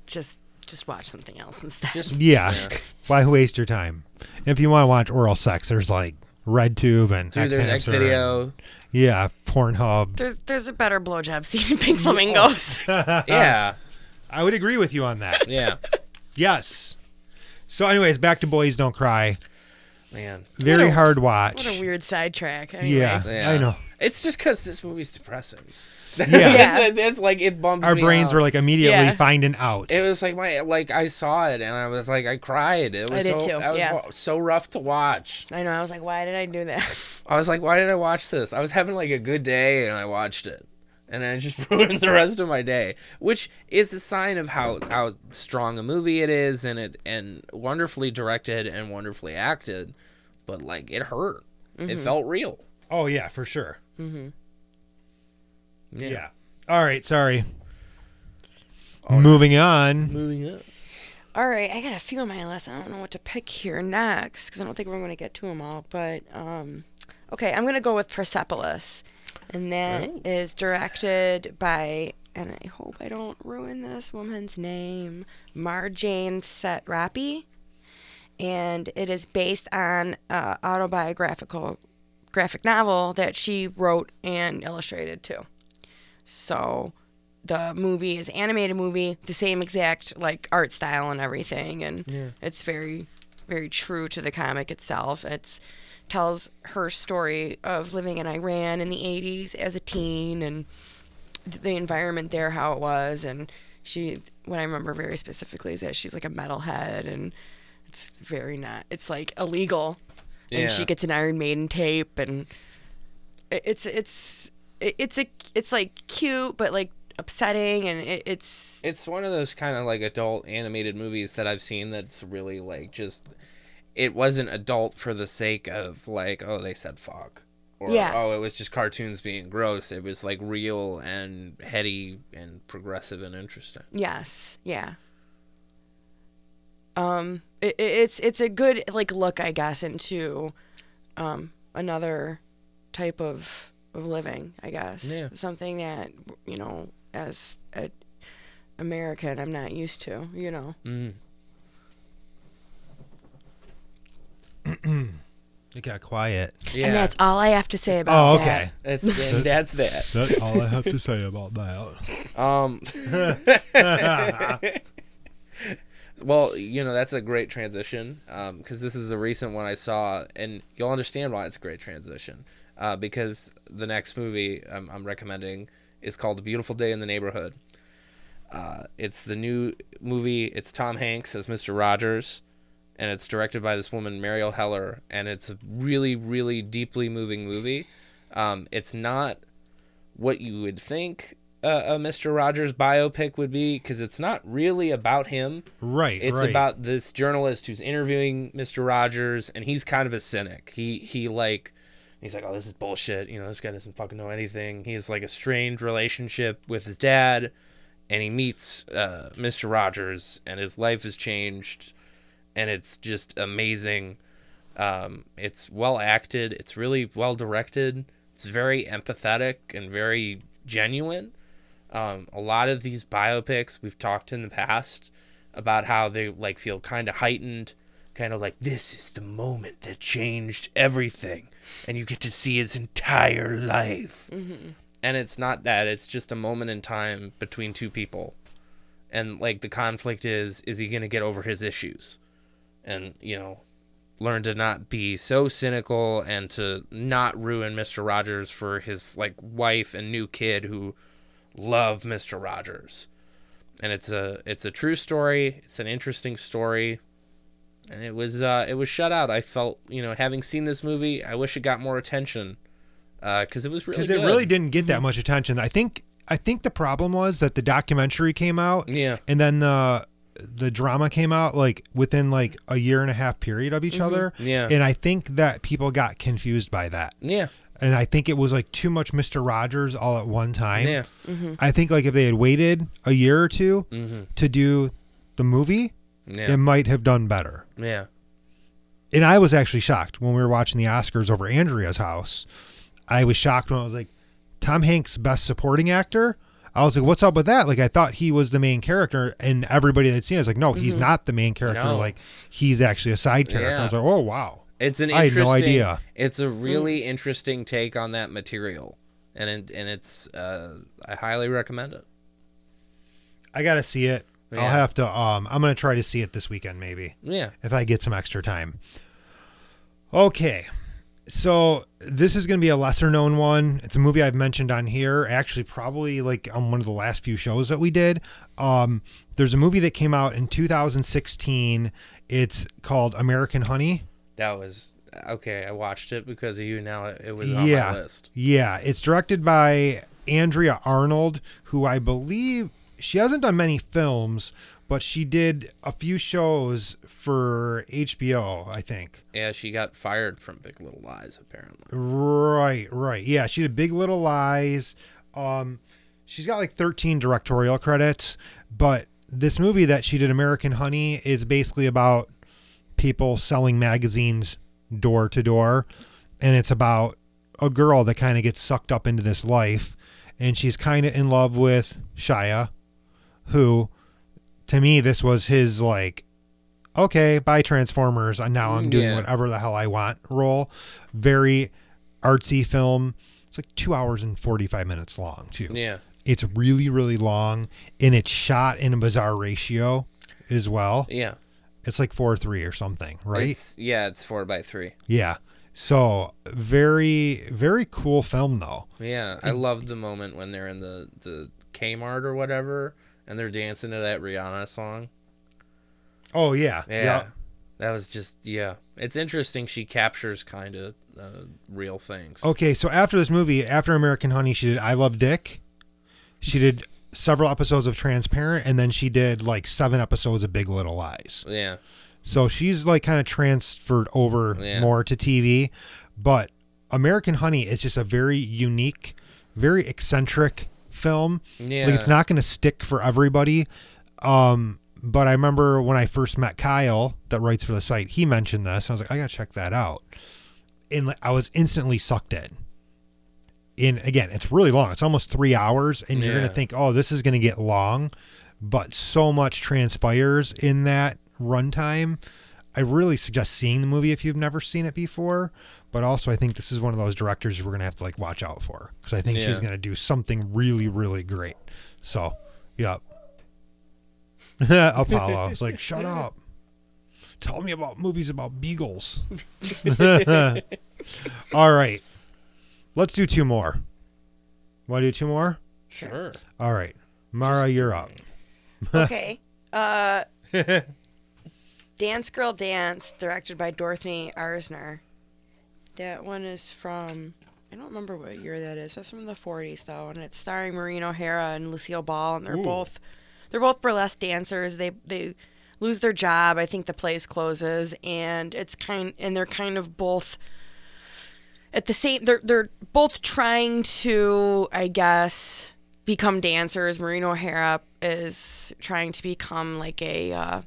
[SPEAKER 5] just just watch something else instead.
[SPEAKER 4] Just
[SPEAKER 2] yeah. Why waste your time? If you want to watch oral sex, there's like RedTube and
[SPEAKER 4] dude, there's X
[SPEAKER 2] Xhamster
[SPEAKER 4] video.
[SPEAKER 2] and- Yeah, Pornhub.
[SPEAKER 5] there's there's a better blowjob scene in Pink Flamingos.
[SPEAKER 4] Yeah,
[SPEAKER 2] I would agree with you on that.
[SPEAKER 4] yeah,
[SPEAKER 2] yes. So, anyways, back to Boys Don't Cry.
[SPEAKER 4] man.
[SPEAKER 2] Very
[SPEAKER 5] What a-
[SPEAKER 2] hard watch.
[SPEAKER 5] what a weird sidetrack. Anyway.
[SPEAKER 2] yeah,
[SPEAKER 4] Yeah.
[SPEAKER 2] I know.
[SPEAKER 4] It's just because this movie's depressing.
[SPEAKER 2] Yeah.
[SPEAKER 4] it's, it's like it bumps.
[SPEAKER 2] Our
[SPEAKER 4] me
[SPEAKER 2] brains
[SPEAKER 4] out.
[SPEAKER 2] were like immediately
[SPEAKER 5] Yeah.
[SPEAKER 2] finding out.
[SPEAKER 4] It was like my like I saw it and I was like I cried. It was
[SPEAKER 5] did
[SPEAKER 4] so
[SPEAKER 5] too,
[SPEAKER 4] that was
[SPEAKER 5] yeah.
[SPEAKER 4] wa- so rough to watch.
[SPEAKER 5] I know. I was like, why did I do that?
[SPEAKER 4] I was like, why did I watch this? I was having like a good day and I watched it, and then it just ruined the rest of my day, which is a sign of how how strong a movie it is and it and wonderfully directed and wonderfully acted, but like it hurt.
[SPEAKER 5] Mm-hmm.
[SPEAKER 4] It felt real.
[SPEAKER 2] oh yeah, for sure.
[SPEAKER 4] Mm-hmm. Yeah.
[SPEAKER 2] Yeah. All right. Sorry.
[SPEAKER 4] Oh,
[SPEAKER 2] Moving on.
[SPEAKER 4] Moving up.
[SPEAKER 5] all right, I got a few on my list. I don't know what to pick here next because I don't think we're going to get to them all. But um, okay, I'm going to go with Persepolis, and that is directed by and I hope I don't ruin this woman's name, Marjane Set Rapi. And it is based on uh, autobiographical graphic novel that she wrote and illustrated too. So the movie is animated movie, the same exact like art style and everything and it's very very true to the comic itself. It's tells her story of living in Iran in the 80s as a teen and th- the environment there how it was and she what I remember very specifically is that she's like a metalhead and it's very not it's like illegal and
[SPEAKER 4] Yeah.
[SPEAKER 5] she gets an Iron Maiden tape and it- it's it's it- it's a it's like cute but like upsetting and it, it's
[SPEAKER 4] It's one of those kind of like adult animated movies that I've seen that's really like just it wasn't adult for the sake of like oh they said fuck or
[SPEAKER 5] Yeah.
[SPEAKER 4] oh it was just cartoons being gross. It was like real and heady and progressive and interesting.
[SPEAKER 5] yes yeah um it, it- it's it's a good like look I guess into um another type of of living I guess
[SPEAKER 4] Yeah.
[SPEAKER 5] something that you know as a American I'm not used to you know
[SPEAKER 4] Mm.
[SPEAKER 2] It got quiet.
[SPEAKER 4] Yeah.
[SPEAKER 5] and that's all I have to say
[SPEAKER 2] Oh,
[SPEAKER 5] about that.
[SPEAKER 2] okay.
[SPEAKER 4] That's and that's that.
[SPEAKER 2] That's all I have to say about that.
[SPEAKER 4] Um Well, you know, that's a great transition because this is a recent one I saw, and you'll understand why it's a great transition. Uh, because the next movie I'm, I'm recommending is called A Beautiful Day in the Neighborhood. Uh, it's the new movie, it's Tom Hanks as Mr. Rogers, and it's directed by this woman, Mariel Heller, and it's a really, really deeply moving movie. Um, it's not what you would think uh, a Mr. Rogers biopic would be because it's not really about him.
[SPEAKER 2] Right.
[SPEAKER 4] It's
[SPEAKER 2] right.
[SPEAKER 4] about this journalist who's interviewing Mr. Rogers, and he's kind of a cynic. He he like he's like, oh, this is bullshit. You know, this guy doesn't fucking know anything. He has like a strained relationship with his dad, and he meets uh, Mr. Rogers, and his life has changed, and it's just amazing. Um, it's well acted. It's really well directed. It's very empathetic and very genuine. Um, a lot of these biopics we've talked in the past about how they like feel kind of heightened, kind of like this is the moment that changed everything, and you get to see his entire life. And it's not that; it's just a moment in time between two people, and like the conflict is: is he gonna get over his issues, and you know, learn to not be so cynical and to not ruin Mister Rogers for his like wife and new kid who love Mister Rogers and it's a it's a true story. It's an interesting story, and it was uh, it was shut out. I felt you know having seen this movie, I wish it got more attention because it was really
[SPEAKER 2] because
[SPEAKER 4] good.
[SPEAKER 2] it really didn't get that much attention. I think I think the problem was that the documentary came out,
[SPEAKER 4] Yeah.
[SPEAKER 2] and then the the drama came out like within like a year and a half period of each other,
[SPEAKER 4] Mm-hmm. Yeah.
[SPEAKER 2] And I think that people got confused by that,
[SPEAKER 4] yeah
[SPEAKER 2] and I think it was like too much Mister Rogers all at one time.
[SPEAKER 4] yeah Mm.
[SPEAKER 2] I think like if they had waited a year or 2 to do the movie,
[SPEAKER 4] Mm-hmm. yeah
[SPEAKER 2] it might have done better
[SPEAKER 4] yeah
[SPEAKER 2] and I was actually shocked when we were watching the Oscars over Andrea's house. I was shocked when I was like, Tom Hanks, best supporting actor. I was like, what's up with that? Like, I thought he was the main character, and everybody that's seen it is like, no, he's not the main character.
[SPEAKER 4] Mm-hmm. No.
[SPEAKER 2] Like, he's actually a side character.
[SPEAKER 4] Yeah.
[SPEAKER 2] I was like, oh, wow.
[SPEAKER 4] It's an
[SPEAKER 2] I had
[SPEAKER 4] interesting.
[SPEAKER 2] no idea.
[SPEAKER 4] It's a really interesting take on that material, and it, and it's uh, I highly recommend it.
[SPEAKER 2] I got to see it.
[SPEAKER 4] Yeah.
[SPEAKER 2] I'll have to, um, I'm going to try to see it this weekend, maybe.
[SPEAKER 4] Yeah.
[SPEAKER 2] if I get some extra time. Okay. So this is going to be a lesser known one. It's a movie I've mentioned on here, actually probably like on one of the last few shows that we did. Um, there's a movie that came out in 2016. It's called American Honey.
[SPEAKER 4] That was okay. I watched it because of you. Now it, it was on
[SPEAKER 2] yeah,
[SPEAKER 4] my list.
[SPEAKER 2] yeah. It's directed by Andrea Arnold, who I believe she hasn't done many films, but she did a few shows for HBO, I think.
[SPEAKER 4] Yeah, she got fired from Big Little Lies apparently.
[SPEAKER 2] Right, right. Yeah, she did Big Little Lies. Um, she's got like 13 directorial credits, but this movie that she did, American Honey, is basically about people selling magazines door to door, and it's about a girl that kind of gets sucked up into this life, and she's kind of in love with Shia, who, to me, this was his like, okay, bye Transformers, and now I'm doing
[SPEAKER 4] Yeah.
[SPEAKER 2] whatever the hell I want role. Very artsy film. It's like two hours and forty five minutes long too.
[SPEAKER 4] Yeah.
[SPEAKER 2] It's really really long, and it's shot in a bizarre ratio as well.
[SPEAKER 4] Yeah.
[SPEAKER 2] It's like four three or something, right?
[SPEAKER 4] It's, yeah, it's four by three.
[SPEAKER 2] Yeah. So very very cool film though.
[SPEAKER 4] Yeah, I love the moment when they're in the the Kmart or whatever, and they're dancing to that Rihanna song.
[SPEAKER 2] Oh yeah.
[SPEAKER 4] Yeah, that was just yeah. It's interesting. She captures kind of uh, real things.
[SPEAKER 2] Okay, so after this movie, after American Honey, she did I Love Dick. She did several episodes of Transparent and then she did like seven episodes of Big Little Lies.
[SPEAKER 4] Yeah,
[SPEAKER 2] So she's like kind of transferred over
[SPEAKER 4] Yeah.
[SPEAKER 2] more to TV, but American Honey is just a very unique, very eccentric film.
[SPEAKER 4] Yeah.
[SPEAKER 2] Like it's not going to stick for everybody. Um, but I remember when I first met Kyle that writes for the site, he mentioned this. I was like, I got to check that out. And like, I was instantly sucked in. And again, it's really long. It's almost three hours. And you're going
[SPEAKER 4] Yeah.
[SPEAKER 2] to think, oh, this is going to get long. But so much transpires in that runtime. I really suggest seeing the movie if you've never seen it before. But also, I think this is one of those directors we're gonna have to like watch out for because I think she's
[SPEAKER 4] Yeah.
[SPEAKER 2] gonna do something really, really great. So, yep. Apollo was like, "Shut up! Tell me about movies about beagles." All right, let's do two more. Want to do two more?
[SPEAKER 4] sure.
[SPEAKER 2] All right, Mara, you're up.
[SPEAKER 5] okay. Uh, Dance Girl Dance, directed by Dorothy Arzner. That one is from, I don't remember what year that is. That's from the 40s, though, and it's starring Maureen O'Hara and Lucille Ball, and they're both they're both burlesque dancers. They they lose their job. I think the place closes, and it's kind and they're kind of both at the same they're they're both trying to i guess become dancers maureen o'hara is trying to become like a uh,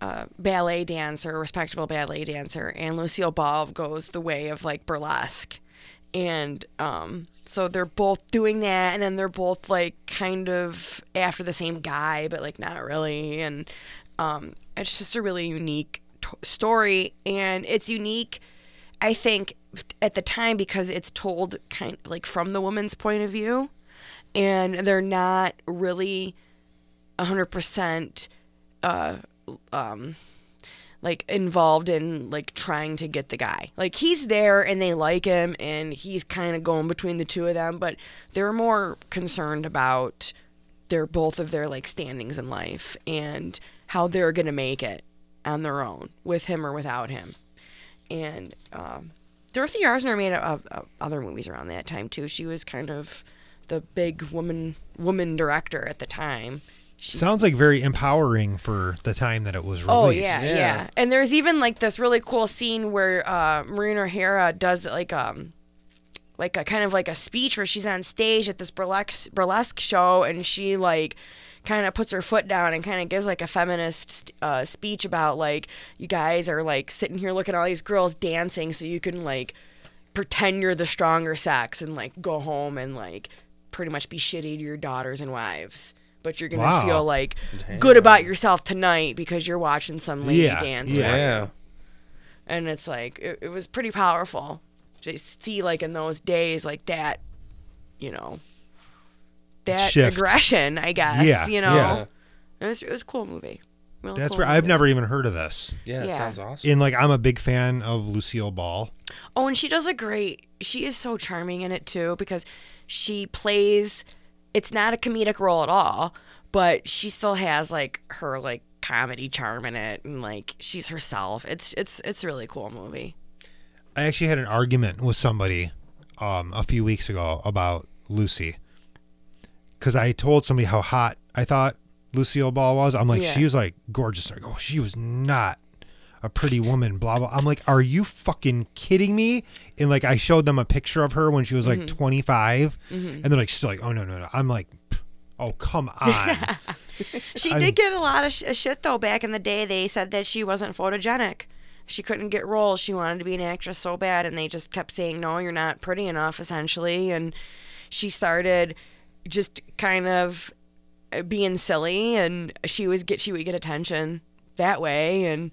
[SPEAKER 5] uh, ballet dancer respectable ballet dancer and lucille ball goes the way of like burlesque and um so they're both doing that and then they're both like kind of after the same guy but like not really and um it's just a really unique t- story and it's unique I think at the time because it's told kind of like from the woman's point of view and they're not really 100% uh um like involved in like trying to get the guy. Like he's there and they like him and he's kind of going between the two of them, but they're more concerned about their both of their like standings in life and how they're going to make it on their own with him or without him and um, Dorothy Arzner made uh uh other movies around that time too. She was kind of the big woman woman director at the time.
[SPEAKER 2] Sounds like very empowering for the time that it was released.
[SPEAKER 5] Oh yeah,
[SPEAKER 4] Yeah.
[SPEAKER 5] yeah, And there's even like this really cool scene where uh, Maureen O'Hara does like um like a kind of like a speech where she's on stage at this burlesque burlesque show and she like kind of puts her foot down and kind of gives like a feminist uh, speech about like you guys are like sitting here looking at all these girls dancing so you can like pretend you're the stronger sex and like go home and like pretty much be shitty to your daughters and wives but you're gonna
[SPEAKER 2] Wow.
[SPEAKER 5] feel like good about yourself tonight because you're watching some lady
[SPEAKER 2] Yeah,
[SPEAKER 5] dance
[SPEAKER 2] yeah.
[SPEAKER 5] for you.
[SPEAKER 4] Yeah,
[SPEAKER 5] and it's like it, it was pretty powerful to see like in those days like that you know that
[SPEAKER 2] Shift.
[SPEAKER 5] aggression i guess
[SPEAKER 2] Yeah,
[SPEAKER 5] you know
[SPEAKER 2] yeah.
[SPEAKER 5] It, was, it was a cool movie Real
[SPEAKER 2] That's
[SPEAKER 5] cool
[SPEAKER 2] where I've
[SPEAKER 5] movie.
[SPEAKER 2] never even heard of this.
[SPEAKER 4] yeah, it
[SPEAKER 5] Yeah.
[SPEAKER 4] sounds awesome.
[SPEAKER 2] And like I'm a big fan of Lucille Ball.
[SPEAKER 5] Oh, and she does a great. She is so charming in it too because she plays. It's not a comedic role at all, but she still has like her like comedy charm in it, and like she's herself. It's it's it's a really cool movie.
[SPEAKER 2] I actually had an argument with somebody um, a few weeks ago about Lucy because I told somebody how hot I thought Lucille Ball was. I'm like,
[SPEAKER 5] Yeah.
[SPEAKER 2] she was like gorgeous. Like, oh, she was not a pretty woman. Blah blah. I'm like, are you fucking kidding me? And like, I showed them a picture of her when she was like 25, and they're like, still like, oh no no no. I'm like, "Pff, oh come on.
[SPEAKER 5] She
[SPEAKER 2] I'm-
[SPEAKER 5] did get a lot of sh- shit though back in the day. They said that she wasn't photogenic. She couldn't get roles. She wanted to be an actress so bad, and they just kept saying, "No, you're not pretty enough," essentially, and she started just kind of uh, being silly and she was get she would get attention that way and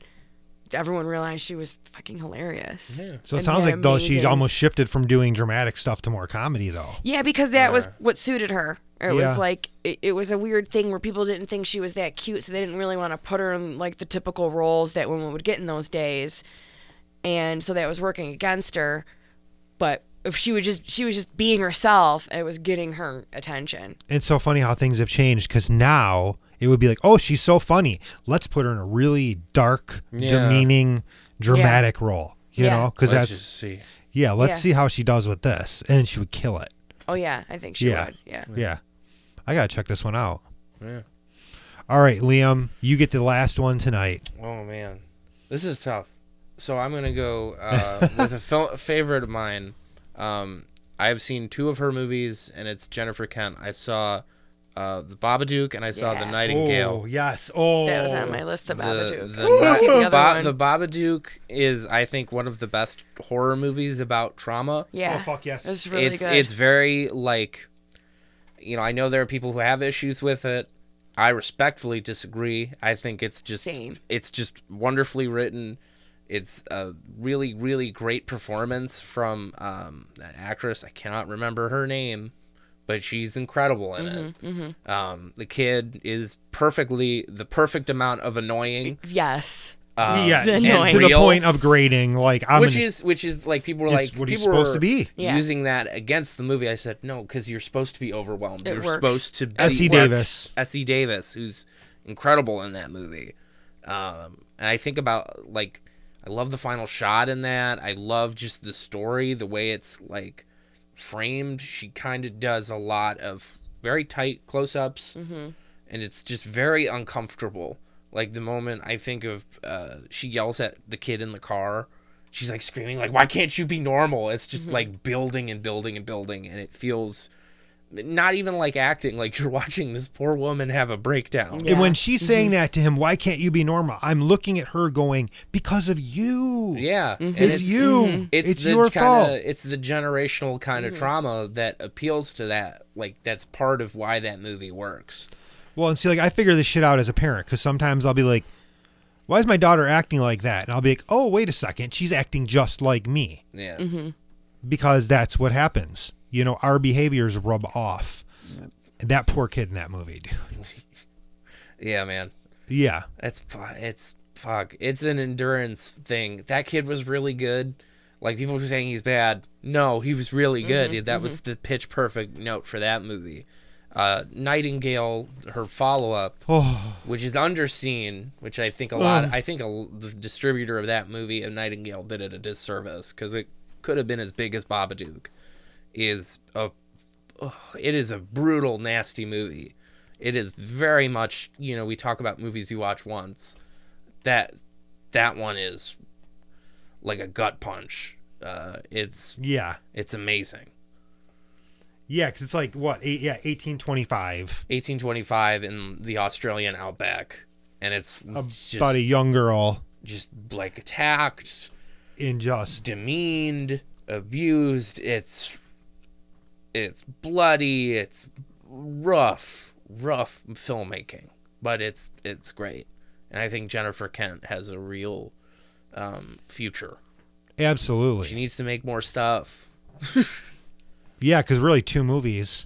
[SPEAKER 5] everyone realized she was fucking hilarious.
[SPEAKER 2] So it
[SPEAKER 5] And
[SPEAKER 2] sounds
[SPEAKER 5] they're
[SPEAKER 2] like though she
[SPEAKER 5] amazing.
[SPEAKER 2] almost shifted from doing dramatic stuff to more comedy though.
[SPEAKER 5] Yeah, because that was what suited her. It
[SPEAKER 2] Yeah.
[SPEAKER 5] was like it, it was a weird thing where people didn't think she was that cute, so they didn't really want to put her in like the typical roles that women would get in those days, and so that was working against her. But if she was just she was just being herself, it was getting her attention.
[SPEAKER 2] It's so funny how things have changed because now it would be like, oh, she's so funny. Let's put her in a really dark,
[SPEAKER 4] Yeah.
[SPEAKER 2] demeaning, dramatic role. You
[SPEAKER 5] Yeah.
[SPEAKER 2] know, because
[SPEAKER 4] Let's
[SPEAKER 2] that's
[SPEAKER 4] just see.
[SPEAKER 2] yeah. Let's
[SPEAKER 5] Yeah.
[SPEAKER 2] see how she does with this, and she would kill it.
[SPEAKER 5] Oh yeah, I think she
[SPEAKER 2] Yeah.
[SPEAKER 5] would. Yeah.
[SPEAKER 2] Yeah, I gotta check this one out.
[SPEAKER 4] Yeah.
[SPEAKER 2] All right, Liam, you get the last one tonight.
[SPEAKER 4] Oh man, this is tough. So I'm gonna go uh, with a fel- favorite of mine. Um, I've seen two of her movies, and it's Jennifer Kent. I saw uh, the Babadook, and I saw the
[SPEAKER 5] Yeah.
[SPEAKER 2] Oh
[SPEAKER 4] Nightingale.
[SPEAKER 2] yes. Oh,
[SPEAKER 5] That was on my list of
[SPEAKER 4] The,
[SPEAKER 5] Babadook.
[SPEAKER 4] the,
[SPEAKER 5] Let's see the
[SPEAKER 4] Ni-
[SPEAKER 5] other
[SPEAKER 4] ba-
[SPEAKER 5] one.
[SPEAKER 4] the Babadook is, I think, one of the best horror movies about trauma.
[SPEAKER 5] yeah.
[SPEAKER 2] Oh, fuck yes.
[SPEAKER 5] It was really
[SPEAKER 4] it's
[SPEAKER 5] good.
[SPEAKER 4] it's very like you know i know there are people who have issues with it i respectfully disagree i think it's just
[SPEAKER 5] Same.
[SPEAKER 4] it's just wonderfully written it's a really really great performance from um, that actress i cannot remember her name but she's incredible in it
[SPEAKER 5] Mm-hmm,
[SPEAKER 4] Um, the kid is perfectly the perfect amount of annoying
[SPEAKER 5] yes.
[SPEAKER 4] um,
[SPEAKER 2] yeah,
[SPEAKER 5] It's
[SPEAKER 2] and to
[SPEAKER 5] annoying.
[SPEAKER 2] the
[SPEAKER 4] Real.
[SPEAKER 2] point of grading, like I'm
[SPEAKER 4] which
[SPEAKER 2] an-
[SPEAKER 4] is which is like people were
[SPEAKER 2] It's
[SPEAKER 4] like
[SPEAKER 2] what he's
[SPEAKER 4] people were
[SPEAKER 2] supposed to be.
[SPEAKER 5] Yeah.
[SPEAKER 4] using that against the movie. I said no because you're supposed to be overwhelmed.
[SPEAKER 5] It
[SPEAKER 4] you're
[SPEAKER 5] works.
[SPEAKER 4] supposed to be
[SPEAKER 2] S.E. E Davis.
[SPEAKER 4] S.E. Davis, who's incredible in that movie. Um, and I think about like I love the final shot in that. I love just the story, the way it's like framed. She kind of does a lot of very tight close-ups, and it's just very uncomfortable. Like the moment I think of, uh, she yells at the kid in the car. She's like screaming, like, "Why can't you be normal?" It's just
[SPEAKER 2] Mm-hmm.
[SPEAKER 4] like building and building and building, and it feels not even like acting. Like you're watching this poor woman have a breakdown.
[SPEAKER 2] And when she's saying
[SPEAKER 4] Mm-hmm.
[SPEAKER 2] that to him, why can't you be normal? I'm looking at her going, because of you.
[SPEAKER 4] Yeah, and
[SPEAKER 2] Mm-hmm. It's, you. It's,
[SPEAKER 4] It's, the
[SPEAKER 2] your
[SPEAKER 4] kinda,
[SPEAKER 2] fault.
[SPEAKER 4] It's the generational kind
[SPEAKER 2] Mm-hmm.
[SPEAKER 4] of trauma that appeals to that. Like that's part of why that movie works.
[SPEAKER 2] Well, and see, like, I figure this shit out as a parent because sometimes I'll be like, why is my daughter acting like that? And I'll be like, oh, wait a second. She's acting just like me
[SPEAKER 4] Yeah.
[SPEAKER 2] Mm-hmm. because that's what happens. You know, our behaviors rub off. That poor kid in that movie, dude.
[SPEAKER 4] Yeah, man.
[SPEAKER 2] Yeah.
[SPEAKER 4] It's fu- it's fuck. It's an endurance thing. That kid was really good. Like people were saying he's bad. No, he was really good. That was the pitch perfect note for that movie. Uh, Nightingale, her follow up, which is underseen, which I think a lot. I think a l the distributor of that movie of Nightingale did it a disservice because it could have been as big as Babadook. Is a it is a brutal, nasty movie. It is very much, you know, we talk about movies you watch once. That that one is like a gut punch. Uh, it's
[SPEAKER 2] Yeah.
[SPEAKER 4] it's amazing.
[SPEAKER 2] Yeah. Because it's like, what? Eight, yeah. 1825
[SPEAKER 4] 1825 in the Australian outback, and it's just
[SPEAKER 2] about a young girl
[SPEAKER 4] just like attacked,
[SPEAKER 2] in just.
[SPEAKER 4] demeaned, abused. It's it's bloody. It's rough, rough filmmaking, but it's it's great. And I think Jennifer Kent has a real um, future.
[SPEAKER 2] Absolutely.
[SPEAKER 4] She needs to make more stuff.
[SPEAKER 2] Yeah, because really two movies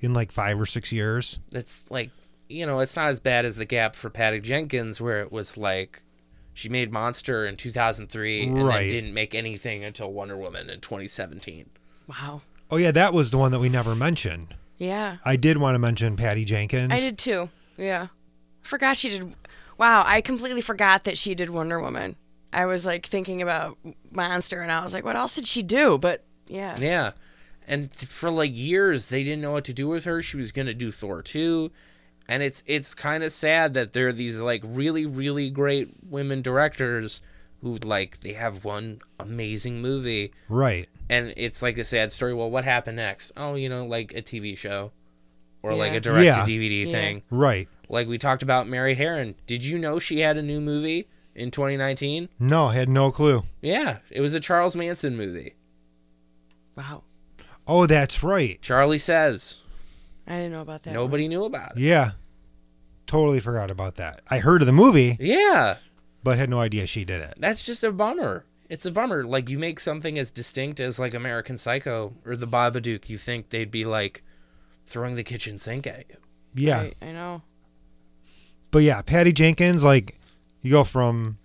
[SPEAKER 2] in like five or six years.
[SPEAKER 4] It's like you know, it's not as bad as the gap for Patty Jenkins, where it was like she made Monster in 2003 and
[SPEAKER 2] Right.
[SPEAKER 4] then didn't make anything until Wonder Woman in 2017.
[SPEAKER 5] Wow.
[SPEAKER 2] Oh yeah, that was the one that we never mentioned.
[SPEAKER 5] Yeah.
[SPEAKER 2] I did want to mention Patty Jenkins.
[SPEAKER 5] I did too. Yeah. Forgot she did. Wow, I completely forgot that she did Wonder Woman. I was like thinking about Monster and I was like, what else did she do? But yeah.
[SPEAKER 4] Yeah. And th- for like years they didn't know what to do with her. She was going to do Thor 2. And it's it's kind of sad that there are these like really really great women directors who like they have one amazing movie
[SPEAKER 2] Right.
[SPEAKER 4] and it's like a sad story. Well, what happened next? Oh, you know, like a TV show or like
[SPEAKER 5] Yeah.
[SPEAKER 4] a direct
[SPEAKER 2] Yeah.
[SPEAKER 4] to DVD
[SPEAKER 5] Yeah.
[SPEAKER 4] thing.
[SPEAKER 2] Right.
[SPEAKER 4] Like we talked about Mary Heron. Did you know she had a new movie in 2019?
[SPEAKER 2] No, I had no clue.
[SPEAKER 4] Yeah, it was a Charles Manson movie.
[SPEAKER 5] Wow.
[SPEAKER 2] Oh, that's right.
[SPEAKER 4] Charlie says
[SPEAKER 5] I didn't know about that.
[SPEAKER 4] nobody knew about it.
[SPEAKER 2] Yeah. Totally forgot about that. I heard of the movie,
[SPEAKER 4] Yeah,
[SPEAKER 2] but had no idea she did it.
[SPEAKER 4] that's just a bummer. It's a bummer. Like you make something as distinct as like American Psycho or The Babadook, you think they'd be like throwing the kitchen sink at you.
[SPEAKER 2] Yeah.
[SPEAKER 5] One. I, I know.
[SPEAKER 2] But yeah, Patty Jenkins, like, you go from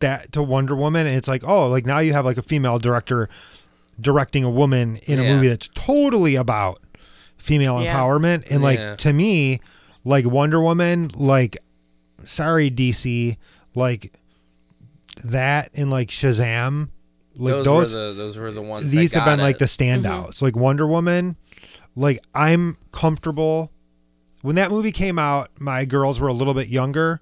[SPEAKER 2] that to Wonder Woman, and it's like, oh, like now you have like a female director directing a woman in
[SPEAKER 4] Yeah.
[SPEAKER 2] a movie that's totally about female
[SPEAKER 5] Yeah.
[SPEAKER 2] empowerment. And
[SPEAKER 4] Yeah.
[SPEAKER 2] like, to me, like Wonder Woman, like, sorry, DC, like that and like Shazam, like
[SPEAKER 4] those,
[SPEAKER 2] those,
[SPEAKER 4] were the those were the ones. that
[SPEAKER 2] these have
[SPEAKER 4] got
[SPEAKER 2] been like
[SPEAKER 4] it.
[SPEAKER 2] the standouts. Like Wonder Woman, like I'm comfortable. When that movie came out, my girls were a little bit younger,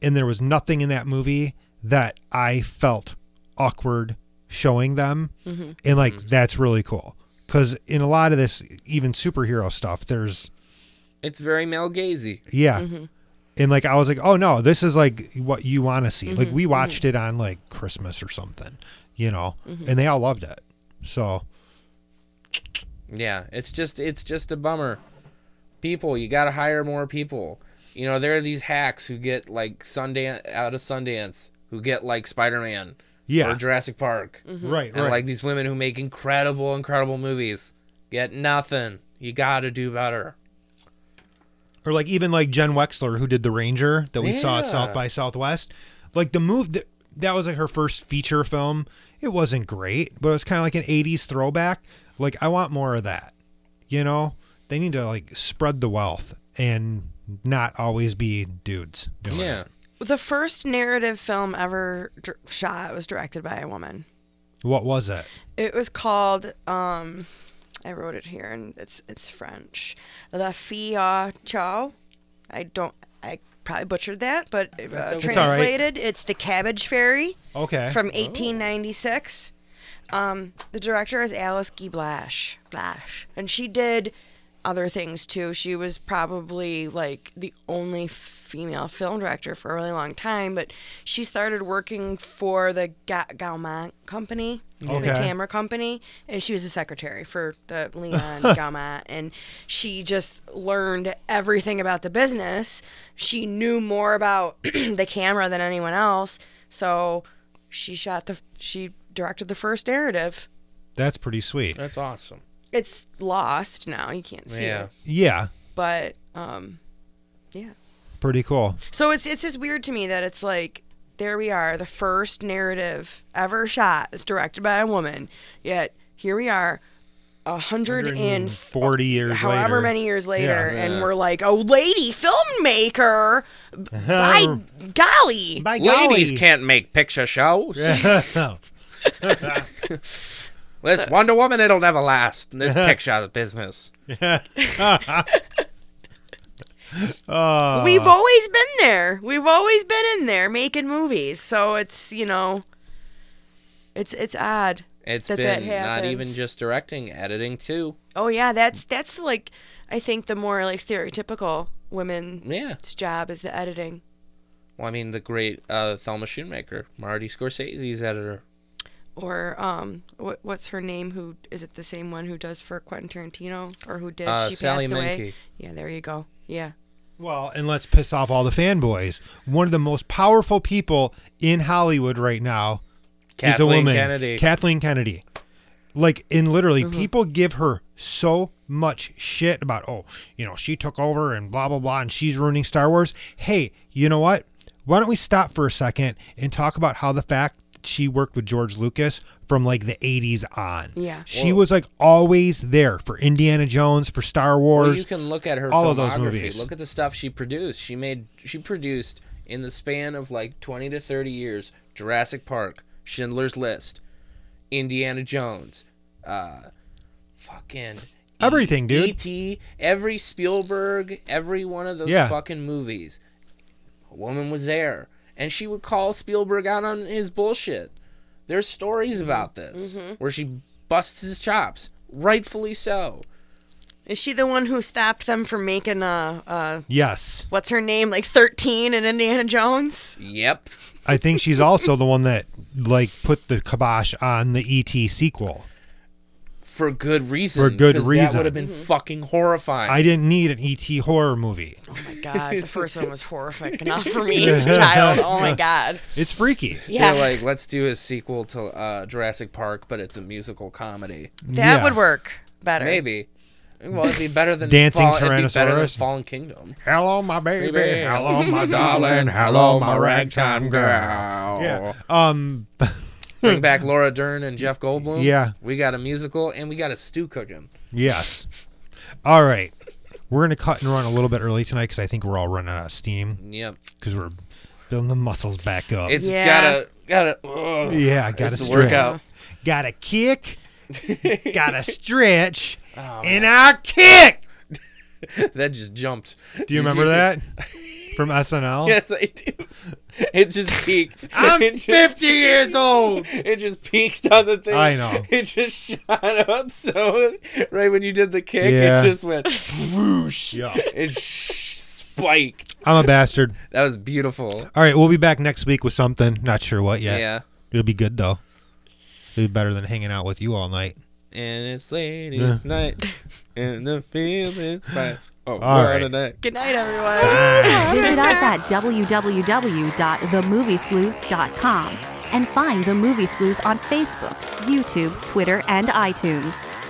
[SPEAKER 2] and there was nothing in that movie that I felt awkward showing them. And like
[SPEAKER 4] Mm-hmm.
[SPEAKER 2] that's really cool because in a lot of this, even superhero stuff, there's
[SPEAKER 4] It's very male gazy.
[SPEAKER 2] yeah. And like I was like, oh no, this is like what you want to see. Like we watched it on like Christmas or something, you know, and they all loved it. So
[SPEAKER 4] Yeah, it's just it's just a bummer. People, you got to hire more people. You know, there are these hacks who get like Sundance out of Sundance who get like Spider-Man
[SPEAKER 2] Yeah.
[SPEAKER 4] or Jurassic Park.
[SPEAKER 2] right,
[SPEAKER 4] And
[SPEAKER 2] right.
[SPEAKER 4] like these women who make incredible incredible movies get nothing. You got to do better.
[SPEAKER 2] or like even like Jen Wexler who did the Ranger that we saw at
[SPEAKER 4] Yeah.
[SPEAKER 2] South by Southwest. Like the move that that was like her first feature film. It wasn't great, but it was kind of like an '80s throwback. Like I want more of that. You know, they need to like spread the wealth and not always be dudes. Doing it.
[SPEAKER 4] Yeah.
[SPEAKER 5] The first narrative film ever dir- shot was directed by a woman.
[SPEAKER 2] What was it?
[SPEAKER 5] It was called. Um, I wrote it here, and it's it's French. La Fille Chow. I don't. I probably butchered that, but uh,
[SPEAKER 4] okay.
[SPEAKER 2] It's all right.
[SPEAKER 5] translated, it's the Cabbage Fairy
[SPEAKER 2] Okay. Oh.
[SPEAKER 5] from 1896. Um, the director is Alice Guy Blash, Blash, and she did other things too. She was probably like the only female film director for a really long time, but she started working for the Ga- Gaumont Company,
[SPEAKER 2] Okay.
[SPEAKER 5] the camera company, and she was a secretary for the Leon Gaumont, and she just learned everything about the business. She knew more about the camera than anyone else, so she shot the she directed the first narrative.
[SPEAKER 2] That's pretty sweet.
[SPEAKER 4] That's awesome.
[SPEAKER 5] It's lost now. You can't see
[SPEAKER 4] Yeah.
[SPEAKER 5] it.
[SPEAKER 2] Yeah,
[SPEAKER 5] But um yeah.
[SPEAKER 2] pretty cool.
[SPEAKER 5] So it's it's just weird to me that it's like there we are, the first narrative ever shot is directed by a woman. Yet here we are a hundred and f-
[SPEAKER 2] Forty years
[SPEAKER 5] however
[SPEAKER 2] later.
[SPEAKER 5] many years later
[SPEAKER 4] Yeah.
[SPEAKER 5] and we're like, "Oh, lady filmmaker. By golly.
[SPEAKER 2] By
[SPEAKER 4] Ladies
[SPEAKER 2] golly.
[SPEAKER 4] can't make picture shows. This Wonder Woman it'll never last. And this picture business. Uh.
[SPEAKER 5] We've always been there. We've always been in there making movies. So it's you know, it's it's odd.
[SPEAKER 4] It's
[SPEAKER 5] That that
[SPEAKER 4] been not even
[SPEAKER 5] happens.
[SPEAKER 4] just directing, editing too.
[SPEAKER 5] Oh yeah, that's that's like I think the more like stereotypical women's
[SPEAKER 4] Yeah.
[SPEAKER 5] job is the editing.
[SPEAKER 4] Well, I mean, the great uh, Thelma Schoonmaker, Marty Scorsese's editor.
[SPEAKER 5] Or um, what what's her name? Who is it? The same one who does for Quentin Tarantino, or who did?
[SPEAKER 4] Uh,
[SPEAKER 5] she
[SPEAKER 4] Sally
[SPEAKER 5] passed away.
[SPEAKER 4] Menke.
[SPEAKER 5] Yeah, there you go. Yeah,
[SPEAKER 2] Well, and let's piss off all the fanboys. One of the most powerful people in Hollywood right now
[SPEAKER 4] Kathleen
[SPEAKER 2] is a woman,
[SPEAKER 4] Kennedy.
[SPEAKER 2] Kathleen Kennedy. Like, and literally, people give her so much shit about, oh, you know, she took over and blah blah blah, and she's ruining Star Wars. Hey, you know what? Why don't we stop for a second and talk about how the fact that she worked with George Lucas from like the 80s on.
[SPEAKER 5] Yeah.
[SPEAKER 2] She was like always there for Indiana Jones, for Star Wars.
[SPEAKER 4] Well, you can look at her
[SPEAKER 2] all
[SPEAKER 4] filmography.
[SPEAKER 2] of those movies.
[SPEAKER 4] Look at the stuff she produced. She made. She produced in the span of like twenty to thirty years. Jurassic Park, Schindler's List, Indiana Jones, uh, fucking
[SPEAKER 2] Everything, dude.
[SPEAKER 4] E.T. Every Spielberg, every one of those
[SPEAKER 2] Yeah.
[SPEAKER 4] fucking movies. A woman was there, and she would call Spielberg out on his bullshit. There's stories about this where she busts his chops, rightfully so.
[SPEAKER 5] is she the one who stopped them from making uh uh
[SPEAKER 2] yes.
[SPEAKER 5] what's her name like thirteen in Indiana Jones?
[SPEAKER 4] Yep.
[SPEAKER 2] I think she's E also the one that like put the kibosh on the ET sequel.
[SPEAKER 4] for good reason.
[SPEAKER 2] For good
[SPEAKER 4] 'cause That
[SPEAKER 2] reason.
[SPEAKER 4] would have been
[SPEAKER 5] Mm-hmm.
[SPEAKER 4] fucking horrifying.
[SPEAKER 2] I didn't need an ET horror movie.
[SPEAKER 5] Oh my god, the first one was horrific enough for me as a child. Oh my god.
[SPEAKER 2] It's freaky.
[SPEAKER 5] Yeah,
[SPEAKER 4] They're like, let's do a sequel to uh, Jurassic Park, but it's a musical comedy.
[SPEAKER 5] that
[SPEAKER 2] Yeah.
[SPEAKER 5] would work better.
[SPEAKER 4] Maybe. Well, it'd be better than
[SPEAKER 2] Dancing
[SPEAKER 4] Fall- it'd be better than
[SPEAKER 2] Tyrannosaurus.
[SPEAKER 4] Fallen Kingdom.
[SPEAKER 2] Hello, my baby.
[SPEAKER 4] Baby.
[SPEAKER 2] Hello, my darling. Hello, my ragtime girl. Yeah. Um.
[SPEAKER 4] Bring back Laura Dern and Jeff Goldblum.
[SPEAKER 2] Yeah.
[SPEAKER 4] We got a musical and we got a stew cooking.
[SPEAKER 2] Yes. All right. We're gonna cut and run a little bit early tonight because I think we're all running out of steam
[SPEAKER 4] Yep.
[SPEAKER 2] because we're building the muscles back up.
[SPEAKER 4] It's
[SPEAKER 5] Yeah.
[SPEAKER 4] gotta gotta ugh.
[SPEAKER 2] yeah, I gotta
[SPEAKER 4] It's the
[SPEAKER 2] stretch.
[SPEAKER 4] workout.
[SPEAKER 2] Gotta kick. gotta stretch.
[SPEAKER 4] Oh,
[SPEAKER 2] and I kick.
[SPEAKER 4] That just jumped.
[SPEAKER 2] Do you remember that from SNL?
[SPEAKER 4] Yes, I do. It just peaked. it,
[SPEAKER 2] I'm
[SPEAKER 4] just,
[SPEAKER 2] 50 years old.
[SPEAKER 4] it just peaked on the thing.
[SPEAKER 2] I know.
[SPEAKER 4] It just shot up so right when you did the kick,
[SPEAKER 2] Yeah.
[SPEAKER 4] it just went whoosh.
[SPEAKER 2] Yeah.
[SPEAKER 4] It sh- spiked.
[SPEAKER 2] I'm a bastard.
[SPEAKER 4] That was beautiful.
[SPEAKER 2] All right, we'll be back next week with something. Not sure what yet.
[SPEAKER 4] yeah.
[SPEAKER 2] It'll be good though. It'll be better than hanging out with you all night.
[SPEAKER 4] And it's ladies' night, and the field is bright. Oh,
[SPEAKER 2] All
[SPEAKER 4] we're on
[SPEAKER 2] right.
[SPEAKER 4] a night.
[SPEAKER 5] Good night, everyone.
[SPEAKER 2] Ah.
[SPEAKER 1] Visit us at www.themoviesleuth.com and find The Movie Sleuth on Facebook, YouTube, Twitter, and iTunes.